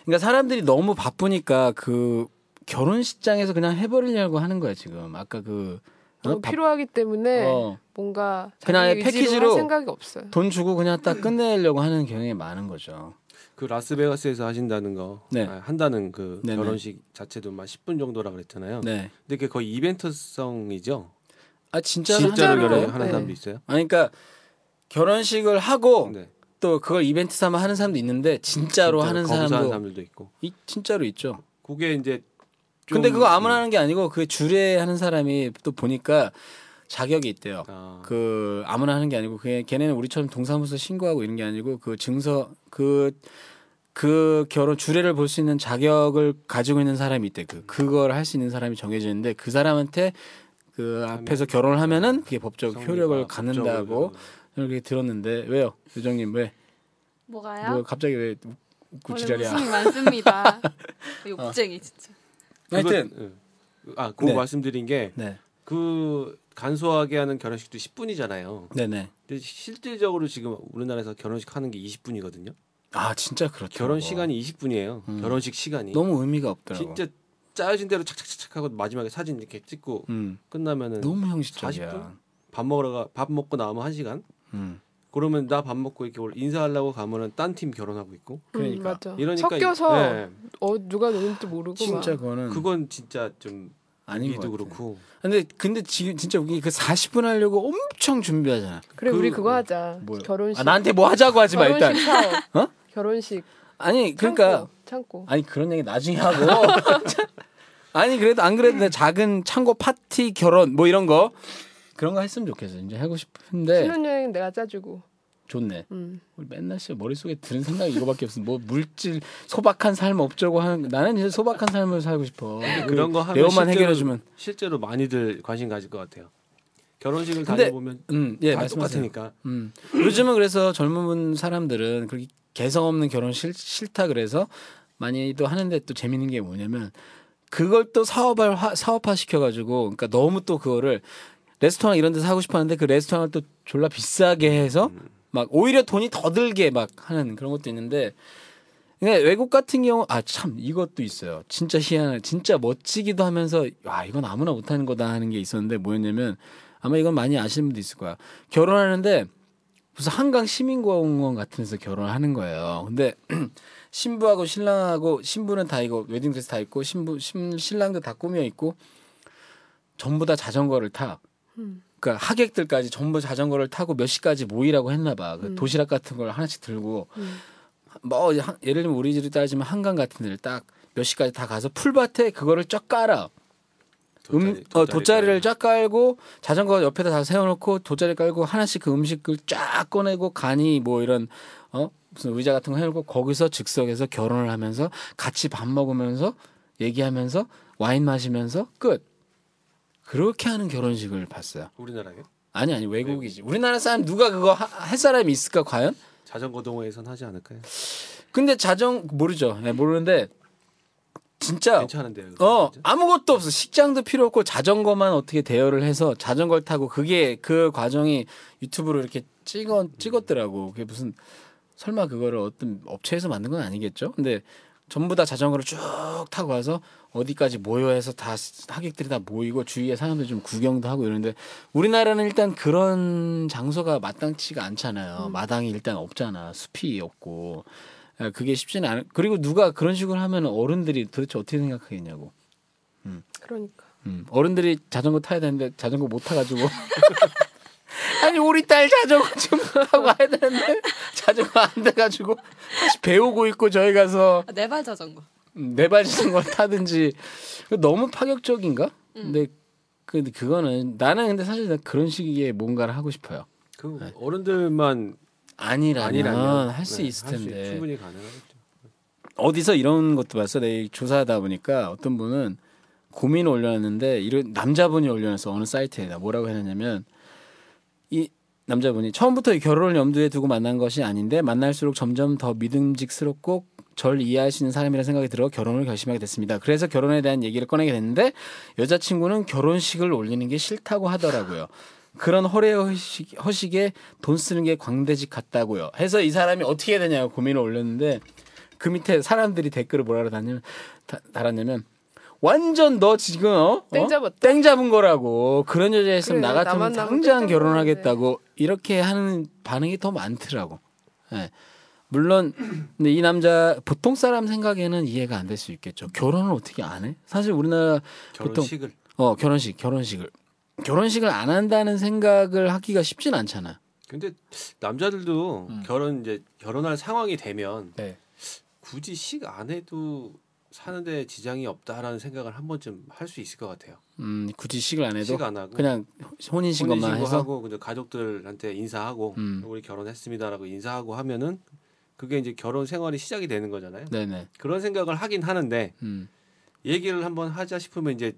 [SPEAKER 2] 그러니까 사람들이 너무 바쁘니까 그 결혼식장에서 그냥 해버리려고 하는 거야 지금. 아까 그 어?
[SPEAKER 6] 너무
[SPEAKER 2] 바-
[SPEAKER 6] 필요하기 때문에
[SPEAKER 2] 어.
[SPEAKER 6] 뭔가
[SPEAKER 2] 그냥 아예
[SPEAKER 6] 자기
[SPEAKER 2] 패키지로 음,
[SPEAKER 6] 패키지로 할 생각이 없어요.
[SPEAKER 2] 돈 주고 그냥 딱 끝내려고 하는 경향이 많은 거죠.
[SPEAKER 4] 그 라스베가스에서 하신다는 거
[SPEAKER 2] 네.
[SPEAKER 4] 아, 한다는 그
[SPEAKER 2] 네네.
[SPEAKER 4] 결혼식 자체도 막 10분 정도라 그랬잖아요.
[SPEAKER 2] 네.
[SPEAKER 4] 근데 그게 거의 이벤트성이죠.
[SPEAKER 2] 아 진짜로
[SPEAKER 4] 진짜로
[SPEAKER 2] 하는 거예요?
[SPEAKER 4] 결혼하는
[SPEAKER 6] 네.
[SPEAKER 4] 사람도 있어요.
[SPEAKER 2] 아니 그러니까 결혼식을 하고
[SPEAKER 4] 네.
[SPEAKER 2] 또 그걸 이벤트 삼아 하는 사람도 있는데 어, 진짜로 하는
[SPEAKER 4] 거기서
[SPEAKER 2] 사람도
[SPEAKER 4] 사람들도 있고.
[SPEAKER 2] 이, 진짜로 있죠.
[SPEAKER 4] 그게 이제 좀- 음.
[SPEAKER 2] 근데 그거 아무나 하는 게 아니고 그 주례하는 사람이 또 보니까 자격이 있대요.
[SPEAKER 4] 아,
[SPEAKER 2] 그 아무나 하는 게 아니고 그 걔네는 우리처럼 동사무소 신고하고 이런 게 아니고 그 증서 그 그 결혼 주례를 볼 수 있는 자격을 가지고 있는 사람이 있대 그 그걸 할 수 있는 사람이 정해지는데 그 사람한테 그 앞에서 결혼을 하면은 그게 법적
[SPEAKER 4] 성리가
[SPEAKER 2] 효력을
[SPEAKER 4] 법적으로
[SPEAKER 2] 갖는다고 이렇게 들었는데 왜요 요정님 왜 뭐
[SPEAKER 3] 뭐가요?
[SPEAKER 2] 갑자기 왜 웃고 지랄이야
[SPEAKER 3] 웃음이 많습니다. 욕쟁이 진짜.
[SPEAKER 4] 그거-
[SPEAKER 2] 하여튼
[SPEAKER 4] 예. 아 그거
[SPEAKER 2] 네.
[SPEAKER 4] 말씀드린
[SPEAKER 2] 네
[SPEAKER 4] 게 그 간소하게 하는 결혼식도 10분이잖아요.
[SPEAKER 2] 네네
[SPEAKER 4] 근데 실질적으로 지금 우리나라에서 결혼식 하는 게 20분이거든요.
[SPEAKER 2] 아 진짜 그렇죠
[SPEAKER 4] 결혼 시간이 20분이에요.
[SPEAKER 2] 음.
[SPEAKER 4] 결혼식 시간이
[SPEAKER 2] 너무 의미가 없더라고
[SPEAKER 4] 진짜 짜여진 대로 착착착착 하고 마지막에 사진 이렇게 찍고
[SPEAKER 2] 음
[SPEAKER 4] 끝나면은
[SPEAKER 2] 너무 형식적이야
[SPEAKER 4] 40분? 밥 먹으러 가, 밥 먹고 나오면 1시간.
[SPEAKER 2] 음
[SPEAKER 4] 그러면 나 밥 먹고 이렇게 올- 인사하려고 가면은 딴 팀 결혼하고 있고
[SPEAKER 2] 그러니까. 네.
[SPEAKER 6] 맞아.
[SPEAKER 4] 이러니까
[SPEAKER 6] 섞여서
[SPEAKER 4] 예,
[SPEAKER 6] 어 누가 누군지 모르고
[SPEAKER 2] 진짜
[SPEAKER 6] 막.
[SPEAKER 2] 그거는
[SPEAKER 4] 그건 진짜 좀
[SPEAKER 2] 음. 아닌 것 같아.
[SPEAKER 4] 이도 그렇고
[SPEAKER 2] 근데 근데 지금 진짜 웃긴 게그 40분 하려고 엄청 준비하잖아.
[SPEAKER 6] 그래 우리
[SPEAKER 4] 그-
[SPEAKER 6] 그거 하자.
[SPEAKER 2] 음, 뭐요?
[SPEAKER 6] 결혼식.
[SPEAKER 2] 아 나한테 뭐 하자고 하지 마 일단.
[SPEAKER 6] 결혼식 사업.
[SPEAKER 2] 어?
[SPEAKER 6] 결혼식.
[SPEAKER 2] 아니 그러니까
[SPEAKER 6] 창고. 창고.
[SPEAKER 2] 아니 그런 얘기 나중에 하고. 아니 그래도 안 그래도 내 작은 창고 파티 결혼 뭐 이런 거 그런 거 했으면 좋겠어. 이제 하고 싶은데
[SPEAKER 6] 신혼여행 내가 짜주고.
[SPEAKER 2] 좋네.
[SPEAKER 6] 음.
[SPEAKER 2] 우리 맨날 씨 머릿속에 드는 생각이 이거밖에 없어. 뭐 물질 소박한 삶 없자고 하는 나는 이제 소박한 삶을 살고 싶어.
[SPEAKER 4] 그런 거 하면
[SPEAKER 2] 레오만
[SPEAKER 4] 실제로-
[SPEAKER 2] 해결해 주면.
[SPEAKER 4] 실제로 많이들 관심 가질 것 같아요. 결혼식을
[SPEAKER 2] 근데-
[SPEAKER 4] 다녀보면
[SPEAKER 2] 음. 예,
[SPEAKER 4] 다
[SPEAKER 2] 말씀하세요.
[SPEAKER 4] 똑같으니까
[SPEAKER 2] 음. 요즘은 그래서 젊은 사람들은 그렇게 개성 없는 결혼 싫, 싫다 그래서 많이 또 하는데 또 재밌는 게 뭐냐면 그걸 또 사업을 화- 사업화 시켜가지고 그러니까 너무 또 그거를 레스토랑 이런 데서 하고 싶었는데 그 레스토랑을 또 졸라 비싸게 해서 막 오히려 돈이 더 들게 막 하는 그런 것도 있는데 근데 외국 같은 경우 아 참 이것도 있어요 진짜 희한한 진짜 멋지기도 하면서 와 이건 아무나 못하는 거다 하는 게 있었는데 뭐였냐면 아마 이건 많이 아시는 분도 있을 거야 결혼하는데 무슨 한강 시민공원 같은 데서 결혼하는 거예요. 근데 신부하고 신랑하고 신부는 다 이거 웨딩드레스 다 입고 신부 신, 신랑도 다 꾸며 있고 전부 다 자전거를 타. 그러니까 하객들까지 전부 자전거를 타고 몇 시까지 모이라고 했나 봐. 그 도시락 같은 걸 하나씩 들고 뭐 이제 한- 예를 들면 우리 집으로 따지면 한강 같은 데를 딱 몇 시까지 다 가서 풀밭에 그거를 쫙 깔아. 음, 어, 돗자리를 쫙 깔고 자전거 옆에다 다 세워놓고 돗자리 깔고 하나씩 그 음식을 쫙 꺼내고 간이 뭐 이런 어 무슨 의자 같은 거 해놓고 거기서 즉석에서 결혼을 하면서 같이 밥 먹으면서 얘기하면서 와인 마시면서 끝 그렇게 하는 결혼식을 봤어요.
[SPEAKER 4] 우리나라에
[SPEAKER 2] 아니 아니 외국이지 우리나라 사람 누가 그거 하- 할 사람이 있을까 과연?
[SPEAKER 4] 자전거 동호회에선 하지 않을까요?
[SPEAKER 2] 근데 자전 모르죠. 예, 모르는데 진짜
[SPEAKER 4] 괜찮은데요. 그거
[SPEAKER 2] 어
[SPEAKER 4] 진짜?
[SPEAKER 2] 아무것도 없어 식장도 필요 없고 자전거만 어떻게 대여를 해서 자전거를 타고 그게 그 과정이 유튜브로 이렇게 찍어 찍었더라고 그게 무슨 설마 그거를 어떤 업체에서 만든 건 아니겠죠 근데 전부 다 자전거를 쭉 타고 와서 어디까지 모여 해서 다 하객들이 다 모이고 주위에 사람들 좀 구경도 하고 이러는데 우리나라는 일단 그런 장소가 마땅치가
[SPEAKER 4] 음.
[SPEAKER 2] 않잖아요 마당이 일단 없잖아 숲이 없고 아, 그게 쉽지는 않. 그리고 누가 그런 식으로 하면 어른들이 도대체 어떻게 생각하겠냐고.
[SPEAKER 6] 그러니까.
[SPEAKER 2] 음, 어른들이 자전거 타야 되는데 자전거 못 타가지고. 아니 우리 딸 자전거 좀 타고 가야 되는데 자전거 안 돼가지고 다시 배우고 있고 저희 가서 네
[SPEAKER 3] 아, 내발 자전거.
[SPEAKER 2] 내발 자전거 타든지 너무 파격적인가? 근데 근데 그거는 나는 근데 사실 난 그런 식의 뭔가를 하고 싶어요.
[SPEAKER 4] 그 어른들만
[SPEAKER 2] 네. 아니라면,
[SPEAKER 4] 아니라면
[SPEAKER 2] 할 수
[SPEAKER 4] 네,
[SPEAKER 2] 있을
[SPEAKER 4] 할수
[SPEAKER 2] 텐데.
[SPEAKER 4] 충분히 가능하겠죠.
[SPEAKER 2] 어디서 이런 것도 봤어. 내 조사하다 보니까 어떤 분은 고민을 올려놨는데 이런 남자분이 올려놨어 어느 사이트에다 뭐라고 해놨냐면 이 남자분이 처음부터 이 결혼을 염두에 두고 만난 것이 아닌데 만날수록 점점 더 믿음직스럽고 절 이해할 수 있는 사람이라 생각이 들어 결혼을 결심하게 됐습니다. 그래서 결혼에 대한 얘기를 꺼내게 됐는데 여자친구는 결혼식을 올리는 게 싫다고 하더라고요. 그런 허례허식, 허식에 돈 쓰는 게 광대직 같다고요. 해서 이 사람이 어떻게 해야 되냐고 고민을 올렸는데 그 밑에 사람들이 댓글을 뭐라 달았냐면, 다- 달았냐면 완전 너 지금 어?
[SPEAKER 6] 땡
[SPEAKER 2] 어?
[SPEAKER 6] 잡았다.
[SPEAKER 2] 땡 잡은 거라고 그런 여자 했으면
[SPEAKER 6] 그래,
[SPEAKER 2] 나
[SPEAKER 6] 나만
[SPEAKER 2] 같으면
[SPEAKER 6] 나면
[SPEAKER 2] 당장
[SPEAKER 6] 땡 잡은
[SPEAKER 2] 결혼하겠다고 이렇게 하는 반응이 더 많더라고. 예. 물론 근데 이 남자 보통 사람 생각에는 이해가 안 될 수 있겠죠. 결혼을 어떻게 안 해? 사실 우리나라 보통
[SPEAKER 4] 결혼식을
[SPEAKER 2] 어 결혼식 결혼식을 결혼식을 안 한다는 생각을 하기가 쉽진 않잖아.
[SPEAKER 4] 근데
[SPEAKER 2] 음.
[SPEAKER 4] 남자들도 결혼 이제 결혼할 상황이 되면
[SPEAKER 2] 네.
[SPEAKER 4] 굳이 식 안 해도 사는데 지장이 없다라는 생각을 한 번쯤 할 수 있을 것 같아요.
[SPEAKER 2] 음, 굳이 식을 안 해도
[SPEAKER 4] 시가 안 하고
[SPEAKER 2] 그냥 혼인신고만 해서
[SPEAKER 4] 하고 근데 가족들한테 인사하고
[SPEAKER 2] 음.
[SPEAKER 4] 우리 결혼했습니다라고 인사하고 하면은 그게 이제 결혼 생활이 시작이 되는 거잖아요.
[SPEAKER 2] 네네.
[SPEAKER 4] 그런 생각을 하긴 하는데
[SPEAKER 2] 음.
[SPEAKER 4] 얘기를 한번 하자 싶으면 이제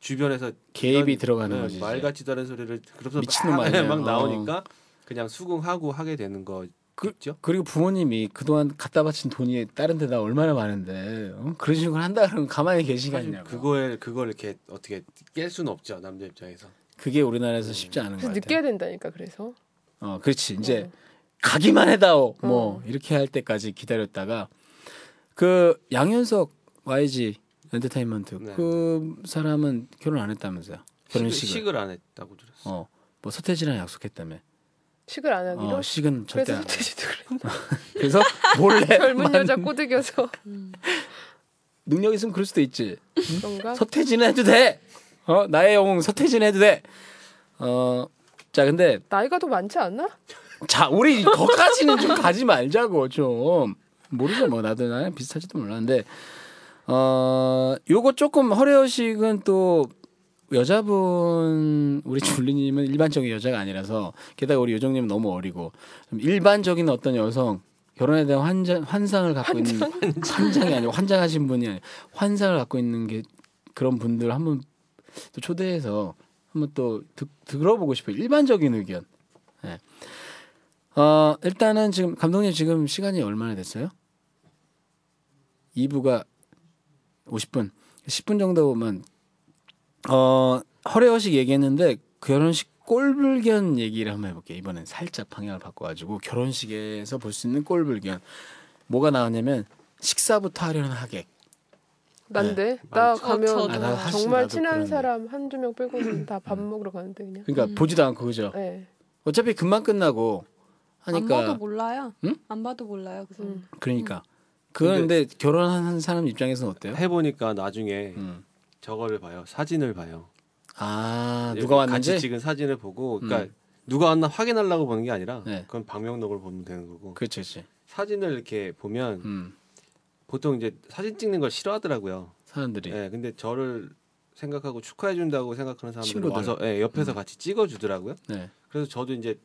[SPEAKER 4] 주변에서
[SPEAKER 2] 개입이
[SPEAKER 4] 이런,
[SPEAKER 2] 들어가는
[SPEAKER 4] 네,
[SPEAKER 2] 거지. 이제.
[SPEAKER 4] 말같지도 않은 소리를 그러면서
[SPEAKER 2] 미친놈
[SPEAKER 4] 막, 네,
[SPEAKER 2] 아니냐.
[SPEAKER 4] 막
[SPEAKER 2] 어.
[SPEAKER 4] 나오니까 그냥 수긍하고 하게 되는 거겠죠.
[SPEAKER 2] 그리고 부모님이 그동안 갖다 바친 돈이 다른 데다 얼마나 많은데 어? 그런 식으로 한다 그러면 가만히
[SPEAKER 4] 사실
[SPEAKER 2] 계시겠냐고.
[SPEAKER 4] 그거에 그걸 이렇게 어떻게 깰 수는 없죠 남자 입장에서.
[SPEAKER 2] 그게 우리나라에서 쉽지 않은 거
[SPEAKER 6] 그래서
[SPEAKER 2] 같아.
[SPEAKER 6] 느껴야 된다니까 그래서
[SPEAKER 2] 어, 그렇지. 이제
[SPEAKER 6] 어.
[SPEAKER 2] 가기만 해다오. 뭐
[SPEAKER 6] 어.
[SPEAKER 2] 이렇게 할 때까지 기다렸다가 그 양현석 YG 엔터테인먼트
[SPEAKER 4] 네.
[SPEAKER 2] 그 사람은 결혼 안 했다면서요. 결혼식을.
[SPEAKER 4] 식- 식을 안 했다고 들었어. 요
[SPEAKER 2] 어. 뭐 서태지랑 약속했다며.
[SPEAKER 6] 식을 안 하기로
[SPEAKER 2] 어, 식은 절대
[SPEAKER 6] 아, 그래서
[SPEAKER 2] 안 해.
[SPEAKER 6] 서태지도 그랬나
[SPEAKER 2] 그래서 몰래
[SPEAKER 6] 젊은
[SPEAKER 2] 만-
[SPEAKER 6] 여자 꼬드겨서
[SPEAKER 2] 음? 능력 있으면 그럴 수도 있지.
[SPEAKER 6] 그런가
[SPEAKER 2] 서태지는 해도 돼. 어, 나의 영웅 서태지는 해도 돼. 어, 자 근데
[SPEAKER 6] 나이가 더 많지 않나
[SPEAKER 2] 자, 우리 거까지는 좀 가지 말자고 좀 모르죠 뭐 나도 나랑 비슷할지도 몰랐는데 어 요거 조금 허례허식은 또 여자분 우리 줄리님은 일반적인 여자가 아니라서 게다가 우리 요정님은 너무 어리고 좀 일반적인 어떤 여성 결혼에 대한 환장, 환상을 갖고 있는 환장이 아니고 환장하신 분이 아니고 환상을 갖고 있는 게 그런 분들 한번 또 초대해서 한번 또 듣, 들어보고 싶어요 일반적인 의견 어, 일단은 지금 감독님 지금 시간이 얼마나 됐어요? 2부가 50분, 10분 정도만 어, 허례허식 얘기했는데 결혼식 꼴불견 얘기를 한번 해볼게요. 이번엔 살짝 방향을 바꿔가지고 결혼식에서 볼 수 있는 꼴불견 뭐가 나왔냐면 식사부터 하려는 하객.
[SPEAKER 6] 난데 나
[SPEAKER 4] 많지.
[SPEAKER 6] 가면
[SPEAKER 3] 어, 저도. 아,
[SPEAKER 2] 네. 나 사실
[SPEAKER 6] 정말
[SPEAKER 2] 나도
[SPEAKER 6] 친한
[SPEAKER 2] 그런데.
[SPEAKER 6] 사람 한두 명 빼고는 다 밥 먹으러 가는데 그냥
[SPEAKER 2] 그러니까
[SPEAKER 3] 음.
[SPEAKER 2] 보지도 않고 그죠.
[SPEAKER 6] 네.
[SPEAKER 2] 어차피 금방 끝나고
[SPEAKER 3] 안
[SPEAKER 2] 하니까
[SPEAKER 3] 봐도 뭐. 몰라요.
[SPEAKER 2] 그러니까. 응?
[SPEAKER 3] 안 봐도 몰라요. 그 사람.
[SPEAKER 6] 음.
[SPEAKER 2] 그러니까 그건 근데 결혼한 사람 입장에서는 어때요?
[SPEAKER 4] 해보니까 나중에
[SPEAKER 2] 음.
[SPEAKER 4] 저거를 봐요. 사진을 봐요.
[SPEAKER 2] 아 누가 왔는지
[SPEAKER 4] 예, 같이 찍은 사진을 보고 그러니까
[SPEAKER 2] 음.
[SPEAKER 4] 누가 왔나 확인하려고 보는 게 아니라
[SPEAKER 2] 네.
[SPEAKER 4] 그건 방명록을 보면 되는 거고
[SPEAKER 2] 그렇지, 그렇지.
[SPEAKER 4] 사진을 이렇게 보면
[SPEAKER 2] 음,
[SPEAKER 4] 보통 이제 사진 찍는 걸 싫어하더라고요.
[SPEAKER 2] 사람들이.
[SPEAKER 4] 예. 근데 저를 생각하고 축하해 준다고 생각하는 사람들
[SPEAKER 2] 친구들. 음.
[SPEAKER 4] 와서 예, 옆에서 같이 찍어 주더라고요.
[SPEAKER 2] 네.
[SPEAKER 4] 그래서 저도 이제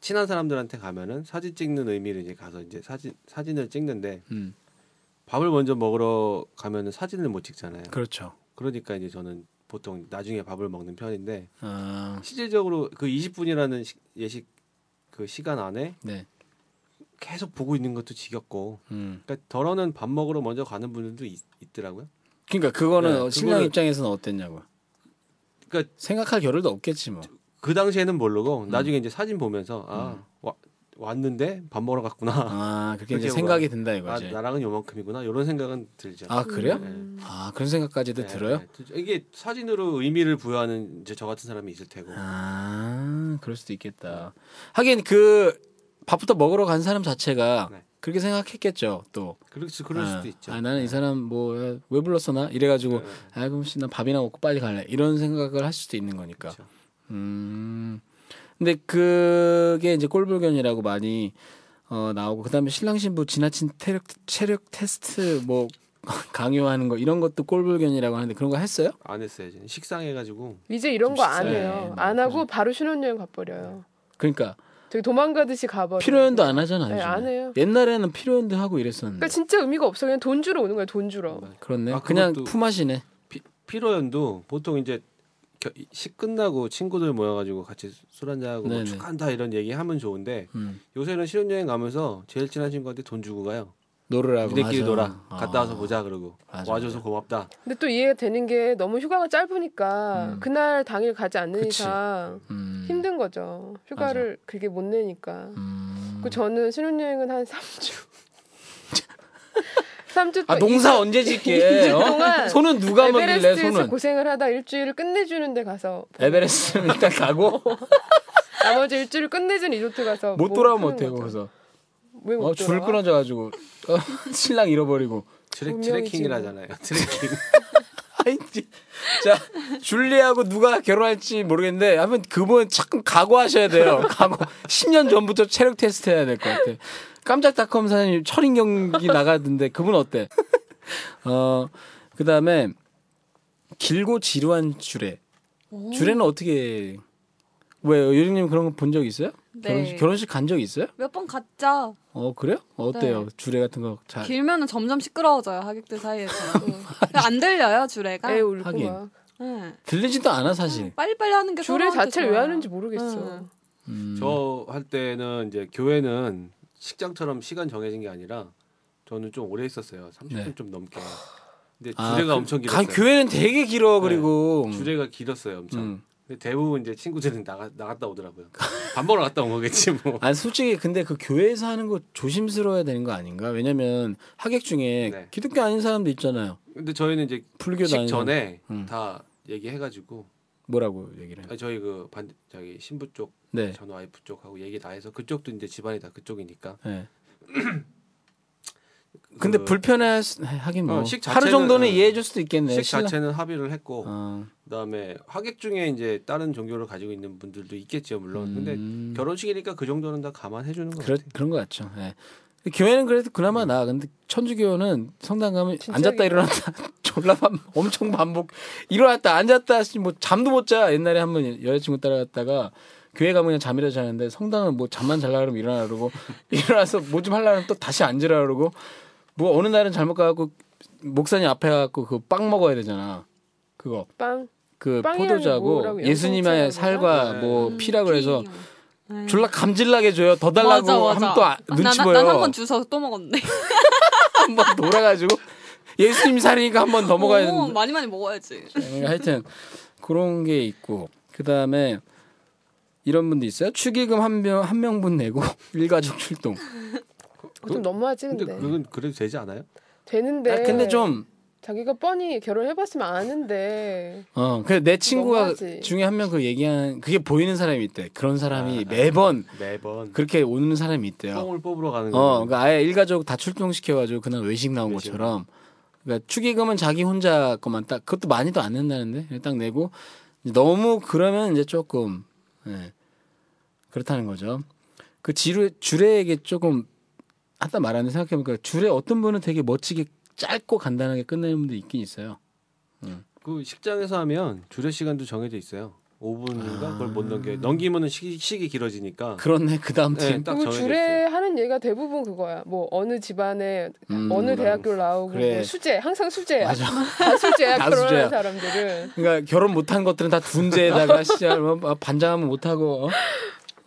[SPEAKER 4] 친한 사람들한테 가면은 사진 찍는 의미로 이제 가서 이제 사진 사진을 찍는데
[SPEAKER 2] 음,
[SPEAKER 4] 밥을 먼저 먹으러 가면은 사진을 못 찍잖아요.
[SPEAKER 2] 그렇죠.
[SPEAKER 4] 그러니까 이제 저는 보통 나중에 밥을 먹는 편인데
[SPEAKER 2] 아,
[SPEAKER 4] 실질적으로 그 20분이라는 예식 그 시간 안에
[SPEAKER 2] 네.
[SPEAKER 4] 계속 보고 있는 것도 지겹고
[SPEAKER 2] 음.
[SPEAKER 4] 그러니까 덜어는 밥 먹으러 먼저 가는 분들도 있, 더라고요
[SPEAKER 2] 그러니까 그거는
[SPEAKER 4] 네, 그거를-
[SPEAKER 2] 신랑 입장에서는 어땠냐고.
[SPEAKER 4] 그러니까-
[SPEAKER 2] 생각할 겨를도 없겠지 뭐.
[SPEAKER 4] 그 당시에는
[SPEAKER 2] 음.
[SPEAKER 4] 모르고 나중에 이제 사진 보면서 아 와- 왔는데 밥 먹으러 갔구나
[SPEAKER 2] 아, 그게 이제
[SPEAKER 4] 그게
[SPEAKER 2] 생각이 든다
[SPEAKER 4] 아,
[SPEAKER 2] 이거지.
[SPEAKER 4] 나랑은 요만큼이구나 이런 생각은 들죠.
[SPEAKER 2] 아, 그래요?
[SPEAKER 4] 음.
[SPEAKER 2] 아, 그런 생각까지도
[SPEAKER 4] 네,
[SPEAKER 2] 들어요?
[SPEAKER 4] 네, 들죠. 이게 사진으로 의미를 부여하는 이제 저 같은 사람이 있을 테고
[SPEAKER 2] 아, 그럴 수도 있겠다. 하긴 그 밥부터 먹으러 간 사람 자체가
[SPEAKER 4] 네.
[SPEAKER 2] 그렇게 생각했겠죠. 또.
[SPEAKER 4] 그렇지 그럴
[SPEAKER 2] 아,
[SPEAKER 4] 수도 있죠.
[SPEAKER 2] 아, 나는
[SPEAKER 4] 네.
[SPEAKER 2] 이 사람 뭐 왜 불렀어나 이래가지고
[SPEAKER 4] 네, 네,
[SPEAKER 2] 아, 그럼 씨, 나 밥이나 먹고 빨리 갈래. 이런 생각을 할 수도 있는 거니까.
[SPEAKER 4] 그렇죠.
[SPEAKER 2] 음. 근데 그게 이제 꼴불견이라고 많이 어, 나오고 그다음에 신랑 신부 지나친 체력 체력 테스트 뭐 강요하는 거 이런 것도 꼴불견이라고 하는데 그런 거 했어요?
[SPEAKER 4] 안 했어요. 저는 식상해가지고
[SPEAKER 6] 이제 이런 거 안
[SPEAKER 2] 비싸요.
[SPEAKER 6] 해요.
[SPEAKER 2] 네,
[SPEAKER 6] 안
[SPEAKER 2] 뭐.
[SPEAKER 6] 하고 바로 신혼여행 가버려요.
[SPEAKER 2] 그러니까
[SPEAKER 6] 되게 도망가듯이 가버려.
[SPEAKER 2] 필요연도 안 하잖아요.
[SPEAKER 6] 네, 안
[SPEAKER 2] 요즘에.
[SPEAKER 6] 해요.
[SPEAKER 2] 옛날에는 필요연도 하고 이랬었는데.
[SPEAKER 6] 그러니까 진짜 의미가 없어. 그냥 돈 주러 오는 거야. 돈 주러.
[SPEAKER 2] 그렇네.
[SPEAKER 4] 아,
[SPEAKER 2] 그냥
[SPEAKER 4] 그것도-
[SPEAKER 2] 품앗이네.
[SPEAKER 4] 피로연도 보통 이제 겨- 식 끝나고 친구들 모여가지고 같이 술 한잔하고 뭐
[SPEAKER 2] 네네.
[SPEAKER 4] 축하한다 이런 얘기하면 좋은데
[SPEAKER 2] 음.
[SPEAKER 4] 요새는 신혼여행 가면서 제일 친한 친구한테 돈 주고 가요.
[SPEAKER 2] 놀으라고.
[SPEAKER 4] 니네끼리
[SPEAKER 2] 하죠.
[SPEAKER 4] 놀아.
[SPEAKER 2] 아.
[SPEAKER 4] 갔다 와서 보자 그러고
[SPEAKER 2] 맞아,
[SPEAKER 4] 와줘서
[SPEAKER 2] 맞아.
[SPEAKER 4] 고맙다.
[SPEAKER 6] 근데 또 이해가 되는 게 너무 휴가가 짧으니까
[SPEAKER 2] 음.
[SPEAKER 6] 그날 당일 가지 않는
[SPEAKER 2] 그치.
[SPEAKER 6] 이상
[SPEAKER 2] 음.
[SPEAKER 6] 힘든 거죠. 휴가를 그게 못 내니까.
[SPEAKER 2] 음.
[SPEAKER 6] 그 저는 신혼여행은 한 3주. 3주
[SPEAKER 2] 아 농사 언제 짓게? 어?
[SPEAKER 6] 동안
[SPEAKER 2] 손은 누가 먹일래?
[SPEAKER 6] 에베레스트에서
[SPEAKER 2] 손은
[SPEAKER 6] 고생을 하다 일주일을 끝내주는데 가서
[SPEAKER 2] 에베레스트는 일단 가고
[SPEAKER 6] 뭐 나머지 일주일을 끝내준 리조트 가서
[SPEAKER 2] 못
[SPEAKER 6] 몸
[SPEAKER 2] 돌아오면
[SPEAKER 6] 푸는
[SPEAKER 2] 어때요?
[SPEAKER 6] 거죠.
[SPEAKER 2] 거기서
[SPEAKER 6] 왜못
[SPEAKER 2] 어, 줄
[SPEAKER 6] 돌아와?
[SPEAKER 2] 끊어져가지고 어, 신랑 잃어버리고.
[SPEAKER 4] 트레,
[SPEAKER 6] 분명히
[SPEAKER 4] 트레킹이라잖아요. 트레킹.
[SPEAKER 2] 아이, 지- 자 줄리하고 누가 결혼할지 모르겠는데 한번 그분 잠깐 각오하셔야 돼요. 각오. 10년 전부터 체력 테스트 해야 될 것 같아. 깜짝닷컴 사장님 철인경기 나가던데 그분 어때? 어 그다음에 길고 지루한 주례. 주례는 어떻게 왜요? 요정님 그런 거 본 적 있어요? 결혼식 결혼식 간 적 있어요?
[SPEAKER 3] 몇 번 갔죠.
[SPEAKER 2] 어 그래요? 어때요? 주례 같은 거 잘.
[SPEAKER 3] 길면은 점점 시끄러워져요 하객들 사이에서. 안 들려요 주례가.
[SPEAKER 6] 애 울고
[SPEAKER 2] 하긴.
[SPEAKER 6] 막
[SPEAKER 3] 네.
[SPEAKER 2] 들리지도 않아 사실.
[SPEAKER 3] 빨리빨리 하는 게
[SPEAKER 6] 주례
[SPEAKER 3] 서로한테
[SPEAKER 6] 자체를 왜
[SPEAKER 3] 그러니까 좋아요.
[SPEAKER 6] 하는지 모르겠어.
[SPEAKER 3] 응.
[SPEAKER 2] 음.
[SPEAKER 4] 저 할 때는 이제 교회는 식장처럼 시간 정해진 게 아니라 저는 좀 오래 있었어요. 30분
[SPEAKER 2] 네.
[SPEAKER 4] 좀 넘게. 근데
[SPEAKER 2] 아,
[SPEAKER 4] 주례가
[SPEAKER 2] 그-
[SPEAKER 4] 엄청
[SPEAKER 2] 가-
[SPEAKER 4] 길었어요. 네,
[SPEAKER 2] 교회는 되게 길어 그리고.
[SPEAKER 4] 주례가 길었어요, 엄청.
[SPEAKER 2] 음. 그
[SPEAKER 4] 근데 대부분 이제 친구들은 나가, 나갔다 오더라고요. 밥 먹으러 갔다 온 거겠지 뭐.
[SPEAKER 2] 아 솔직히 근데 그 교회에서 하는 거 조심스러워야 되는 거 아닌가? 왜냐면 하객 중에
[SPEAKER 4] 네.
[SPEAKER 2] 기독교 아닌 사람도 있잖아요.
[SPEAKER 4] 근데 저희는 이제
[SPEAKER 2] 불교
[SPEAKER 4] 식
[SPEAKER 2] 다니는 사람.
[SPEAKER 4] 전에
[SPEAKER 2] 음.
[SPEAKER 4] 다 얘기해가지고
[SPEAKER 2] 뭐라고 얘기를 해요?
[SPEAKER 4] 아니, 저희 그 반, 저기 신부 쪽,
[SPEAKER 2] 네.
[SPEAKER 4] 전 와이프 쪽하고 얘기 다 해서 그쪽도 이제 집안이 다 그쪽이니까.
[SPEAKER 2] 네. 근데
[SPEAKER 4] 그
[SPEAKER 2] 불편해 하긴 뭐
[SPEAKER 4] 어, 식
[SPEAKER 2] 하루
[SPEAKER 4] 자체는-
[SPEAKER 2] 정도는
[SPEAKER 4] 음.
[SPEAKER 2] 이해해 줄 수도 있겠네.
[SPEAKER 4] 식
[SPEAKER 2] 신랑-
[SPEAKER 4] 자체는 합의를 했고
[SPEAKER 2] 어.
[SPEAKER 4] 그다음에 하객 중에 이제 다른 종교를 가지고 있는 분들도 있겠죠 물론 근데
[SPEAKER 2] 음.
[SPEAKER 4] 결혼식이니까 그 정도는 다 감안해 주는 거
[SPEAKER 2] 그렇
[SPEAKER 4] 같아요.
[SPEAKER 2] 그런 것 같죠. 예. 교회는 그래도 그나마 나. 근데 천주교는 성당 가면
[SPEAKER 6] 진짜
[SPEAKER 2] 앉았다
[SPEAKER 6] 이게-
[SPEAKER 2] 일어났다 졸라 반 엄청 반복 일어났다 앉았다 뭐 잠도 못 자. 옛날에 한번 여자친구 따라갔다가 교회 가면 그냥 잠이라도 자는데 성당은 뭐 잠만 잘라 그러면 일어나 그러고 일어나서 뭐 좀 하려면 또 다시 앉으라 그러고 뭐 어느 날은 잘못 가갖고 목사님 앞에 가갖고 그 빵 먹어야 되잖아. 그거
[SPEAKER 6] 빵
[SPEAKER 2] 그
[SPEAKER 6] 빵이라는
[SPEAKER 2] 포도주하고
[SPEAKER 6] 뭐라고
[SPEAKER 2] 예수님의
[SPEAKER 6] 양성체라고
[SPEAKER 2] 살과
[SPEAKER 4] 그러나?
[SPEAKER 2] 뭐
[SPEAKER 3] 음,
[SPEAKER 2] 피라 그래서
[SPEAKER 3] 네.
[SPEAKER 2] 음. 졸라 감질나게 줘요. 더 달라고
[SPEAKER 3] 맞아, 맞아.
[SPEAKER 2] 하면 또 아-
[SPEAKER 3] 아,
[SPEAKER 2] 눈치
[SPEAKER 3] 난,
[SPEAKER 2] 보여.
[SPEAKER 3] 난한번 주워서 또 먹었는데.
[SPEAKER 2] 한번 돌아가지고 예수님 살이니까 한 번 더 먹어야
[SPEAKER 3] 오,
[SPEAKER 2] 된다.
[SPEAKER 3] 많이 많이 먹어야지.
[SPEAKER 2] 음, 하여튼 그런 게 있고 그 다음에 이런 분도 있어요. 축의금 한 명 한 명분 내고 일가족 출동.
[SPEAKER 6] 그거 좀 너무하지
[SPEAKER 4] 근데
[SPEAKER 6] 근데,
[SPEAKER 4] 그건 그래도 되지 않아요?
[SPEAKER 6] 되는데
[SPEAKER 2] 아, 근데 좀
[SPEAKER 6] 자기가 뻔히 결혼해봤으면 아는데
[SPEAKER 2] 어, 그 내 친구가
[SPEAKER 6] 너무하지.
[SPEAKER 2] 중에 한 명 그 얘기한 그게 보이는 사람이 있대. 그런 사람이
[SPEAKER 4] 아, 아.
[SPEAKER 2] 매번
[SPEAKER 4] 매번
[SPEAKER 2] 그렇게 오는 사람이 있대요.
[SPEAKER 4] 똥을 뽑으러 가는
[SPEAKER 2] 어,
[SPEAKER 4] 거.
[SPEAKER 2] 그러니까 아예 일가족 다 출동시켜가지고 그날 외식 나온
[SPEAKER 4] 외식.
[SPEAKER 2] 것처럼. 그러니까 축의금은 자기 혼자 것만 딱 그것도 많이도 안 낸다는데 그냥 딱 내고 이제 너무 그러면 이제 조금 예. 그렇다는 거죠. 그 지루 주례에게 조금 아까 말하는 생각해보니까 주례 어떤 분은 되게 멋지게 짧고 간단하게 끝내는 분도 있긴 있어요.
[SPEAKER 4] 그 식장에서 하면 주례 시간도 정해져 있어요. 5분인가 그걸
[SPEAKER 2] 아.
[SPEAKER 4] 못 넘겨. 넘기면은 시, 식이 길어지니까.
[SPEAKER 2] 그렇네 그 다음 팀.
[SPEAKER 4] 네, 딱
[SPEAKER 6] 그리고
[SPEAKER 4] 정해져
[SPEAKER 6] 주례
[SPEAKER 4] 있어요.
[SPEAKER 6] 하는 얘기가 대부분 그거야. 뭐 어느 집안에
[SPEAKER 2] 음,
[SPEAKER 6] 어느
[SPEAKER 4] 그럼.
[SPEAKER 6] 대학교 나오고
[SPEAKER 2] 그래.
[SPEAKER 6] 뭐 수제 항상 수제야.
[SPEAKER 2] 맞아.
[SPEAKER 6] 다 수제야
[SPEAKER 2] 다 수제야.
[SPEAKER 6] 결혼한 사람들은.
[SPEAKER 2] 그러니까 결혼 못한 것들은 다 둔재에다가 시절 뭐 반장하면 못하고 어?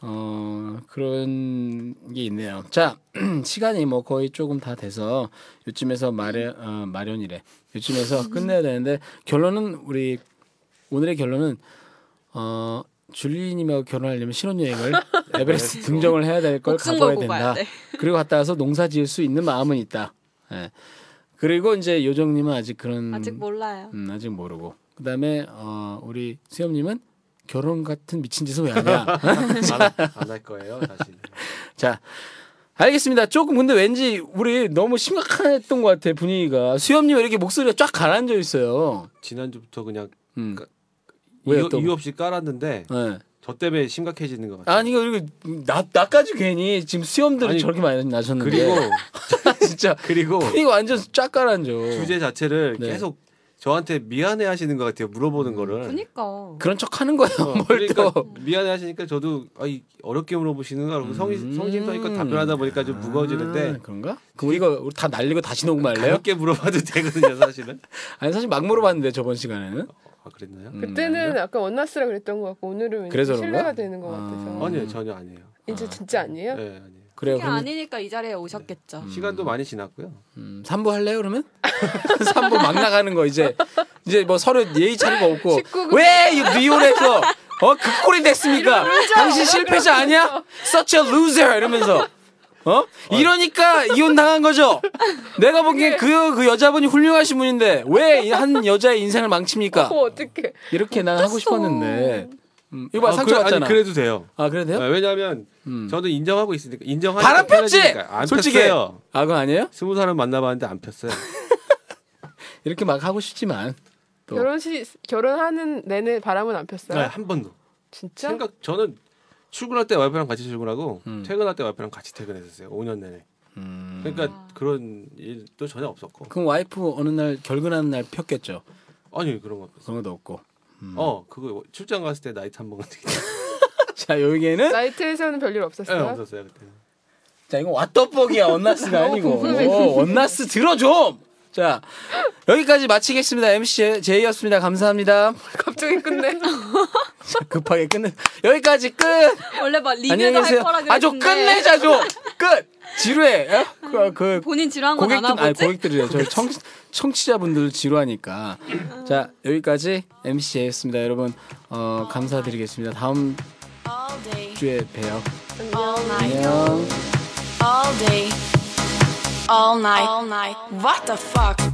[SPEAKER 2] 어, 그런 게 있네요. 자 시간이 뭐 거의 조금 다 돼서 요쯤에서 마련 어, 마련이래. 요쯤에서 끝내야 되는데 결론은 우리 오늘의 결론은 어 줄리님하고 결혼하려면 신혼여행을 에베레스트 등정을 해야 될 걸
[SPEAKER 3] 네. 목숨 걸고
[SPEAKER 2] 가봐야 된다.
[SPEAKER 3] 가야 돼.
[SPEAKER 2] 그리고 갔다 와서 농사 지을 수 있는 마음은 있다. 예. 그리고 이제 요정님은 아직 그런
[SPEAKER 3] 아직 몰라요.
[SPEAKER 2] 음, 아직 모르고. 그다음에 어, 우리 수염님은 결혼 같은 미친 짓을 왜 하냐.
[SPEAKER 4] 안할 거예요, 다시.
[SPEAKER 2] 자, 알겠습니다. 조금 근데 왠지 우리 너무 심각했던 것 같아 분위기가. 수염님 왜 이렇게 목소리가 쫙 가라앉아 있어요.
[SPEAKER 4] 지난주부터 그냥
[SPEAKER 2] 음.
[SPEAKER 4] 까-
[SPEAKER 2] 왜요
[SPEAKER 4] 이유,
[SPEAKER 2] 또?
[SPEAKER 4] 이유 없이 깔았는데
[SPEAKER 2] 예.
[SPEAKER 4] 저 때문에 심각해지는 것 같아요.
[SPEAKER 2] 아니 이거 이거 나 나까지 괜히 지금 수염들이
[SPEAKER 4] 아니,
[SPEAKER 2] 저렇게 많이 나셨는데.
[SPEAKER 4] 그리고
[SPEAKER 2] 진짜
[SPEAKER 4] 그리고
[SPEAKER 2] 분위기 완전 쫙 가라앉아.
[SPEAKER 4] 주제 자체를
[SPEAKER 2] 네.
[SPEAKER 4] 계속 저한테 미안해 하시는 것 같아요. 물어보는 거를.
[SPEAKER 3] 그니까.
[SPEAKER 2] 그런 척하는 거예요.
[SPEAKER 4] 어,
[SPEAKER 2] 뭘
[SPEAKER 4] 그러니까
[SPEAKER 2] 또.
[SPEAKER 4] 미안해 하시니까 저도 아, 이 어렵게 물어보시는가 그러고 성의
[SPEAKER 2] 음.
[SPEAKER 4] 성심성의껏 답변하다 보니까 좀
[SPEAKER 2] 아,
[SPEAKER 4] 무거워지는데
[SPEAKER 2] 그런가? 그럼 우리 이거 우리 다 날리고 다시 녹음할래요?
[SPEAKER 4] 가볍게 물어봐도 되거든요, 사실은.
[SPEAKER 2] 아니 사실 막 물어봤는데 저번 시간에는.
[SPEAKER 4] 아, 그랬나요?
[SPEAKER 2] 음,
[SPEAKER 6] 그때는 약간 원나스라 그랬던 것 같고 오늘은 왠지
[SPEAKER 2] 그래서
[SPEAKER 6] 신뢰가
[SPEAKER 2] 그런가?
[SPEAKER 6] 되는 것
[SPEAKER 2] 아.
[SPEAKER 6] 같아서.
[SPEAKER 4] 아니요, 전혀 아니에요.
[SPEAKER 6] 이제 진짜 아니에요?
[SPEAKER 4] 네, 아니에요.
[SPEAKER 2] 그래요.
[SPEAKER 3] 그게
[SPEAKER 2] 그럼
[SPEAKER 3] 아니니까 이 자리에 오셨겠죠.
[SPEAKER 4] 시간도 많이 지났고요.
[SPEAKER 2] 음, 3부 할래요 그러면? 3부 막 나가는 거 이제 이제 뭐 서로 예의 차리고 없고
[SPEAKER 6] 19금.
[SPEAKER 2] 왜 리온에서 어 극골이 됐습니까? 당신 실패자 아니야? Such a loser 이러면서 어 이러니까 이혼 당한 거죠. 내가 보기엔 그그 여자분이 훌륭하신 분인데 왜 한 여자의 인생을 망칩니까?
[SPEAKER 6] 어 어떻게?
[SPEAKER 2] 이렇게 난 하고 싶었는데 음, 이거 봐
[SPEAKER 4] 아,
[SPEAKER 2] 상처
[SPEAKER 4] 그래-
[SPEAKER 2] 받잖아.
[SPEAKER 4] 아니, 그래도 돼요.
[SPEAKER 2] 아 그래도 돼요?
[SPEAKER 4] 아, 왜냐하면
[SPEAKER 2] 음.
[SPEAKER 4] 저는 인정하고 있으니까 인정하니까
[SPEAKER 2] 바람 폈지.
[SPEAKER 4] 아, 편해지니까. 안
[SPEAKER 2] 솔직히
[SPEAKER 4] 폈어요.
[SPEAKER 2] 아 그거 아니에요?
[SPEAKER 4] 스무 사람 만나봤는데 안 폈어요.
[SPEAKER 2] 이렇게 막 하고 싶지만 또.
[SPEAKER 6] 결혼식 결혼하는 내내 바람은 안 폈어요.
[SPEAKER 4] 네, 한 번도.
[SPEAKER 6] 진짜?
[SPEAKER 4] 생각 저는 출근할 때 와이프랑 같이 출근하고
[SPEAKER 2] 음.
[SPEAKER 4] 퇴근할 때 와이프랑 같이 퇴근했었어요. 5년 내내.
[SPEAKER 2] 음.
[SPEAKER 4] 그러니까 그런 일도 전혀 없었고
[SPEAKER 2] 그럼 와이프 어느 날 결근하는 날 폈겠죠.
[SPEAKER 4] 아니 그런 거 없었어.
[SPEAKER 2] 그런 것도 없고. 음.
[SPEAKER 4] 어 그거 출장 갔을 때 나이트 한 번 같은 게
[SPEAKER 2] 자 여기에는
[SPEAKER 6] 나이트에서는 별일
[SPEAKER 4] 예,
[SPEAKER 6] 없었어요.
[SPEAKER 4] 없었어요 그때.
[SPEAKER 2] 자 이건 왓더벅이야
[SPEAKER 3] 어,
[SPEAKER 2] 원나스가 아니고 오, 원나스 들어 좀. 자 여기까지 마치겠습니다. MC 제이였습니다. 감사합니다.
[SPEAKER 6] 갑자기 끝내.
[SPEAKER 2] 자, 급하게 끝내. 여기까지 끝.
[SPEAKER 3] 원래 막
[SPEAKER 2] 안녕히
[SPEAKER 3] 리뷰도 할
[SPEAKER 2] 계세요.
[SPEAKER 3] 거라 그랬는데
[SPEAKER 2] 아주 끝내자 좀. 끝. 지루해. 어? 그, 그
[SPEAKER 3] 본인 지루한 건 안
[SPEAKER 2] 고객들 아니
[SPEAKER 3] 하고
[SPEAKER 2] 고객들이래. 저희 청 청취자분들 지루하니까.
[SPEAKER 3] 음.
[SPEAKER 2] 자 여기까지 MC 제이였습니다. 여러분 어, 감사드리겠습니다. 다음
[SPEAKER 1] all day,
[SPEAKER 2] 주에 봬요.
[SPEAKER 1] all night,
[SPEAKER 2] 안녕.
[SPEAKER 1] all day, all night, all night. What the fuck?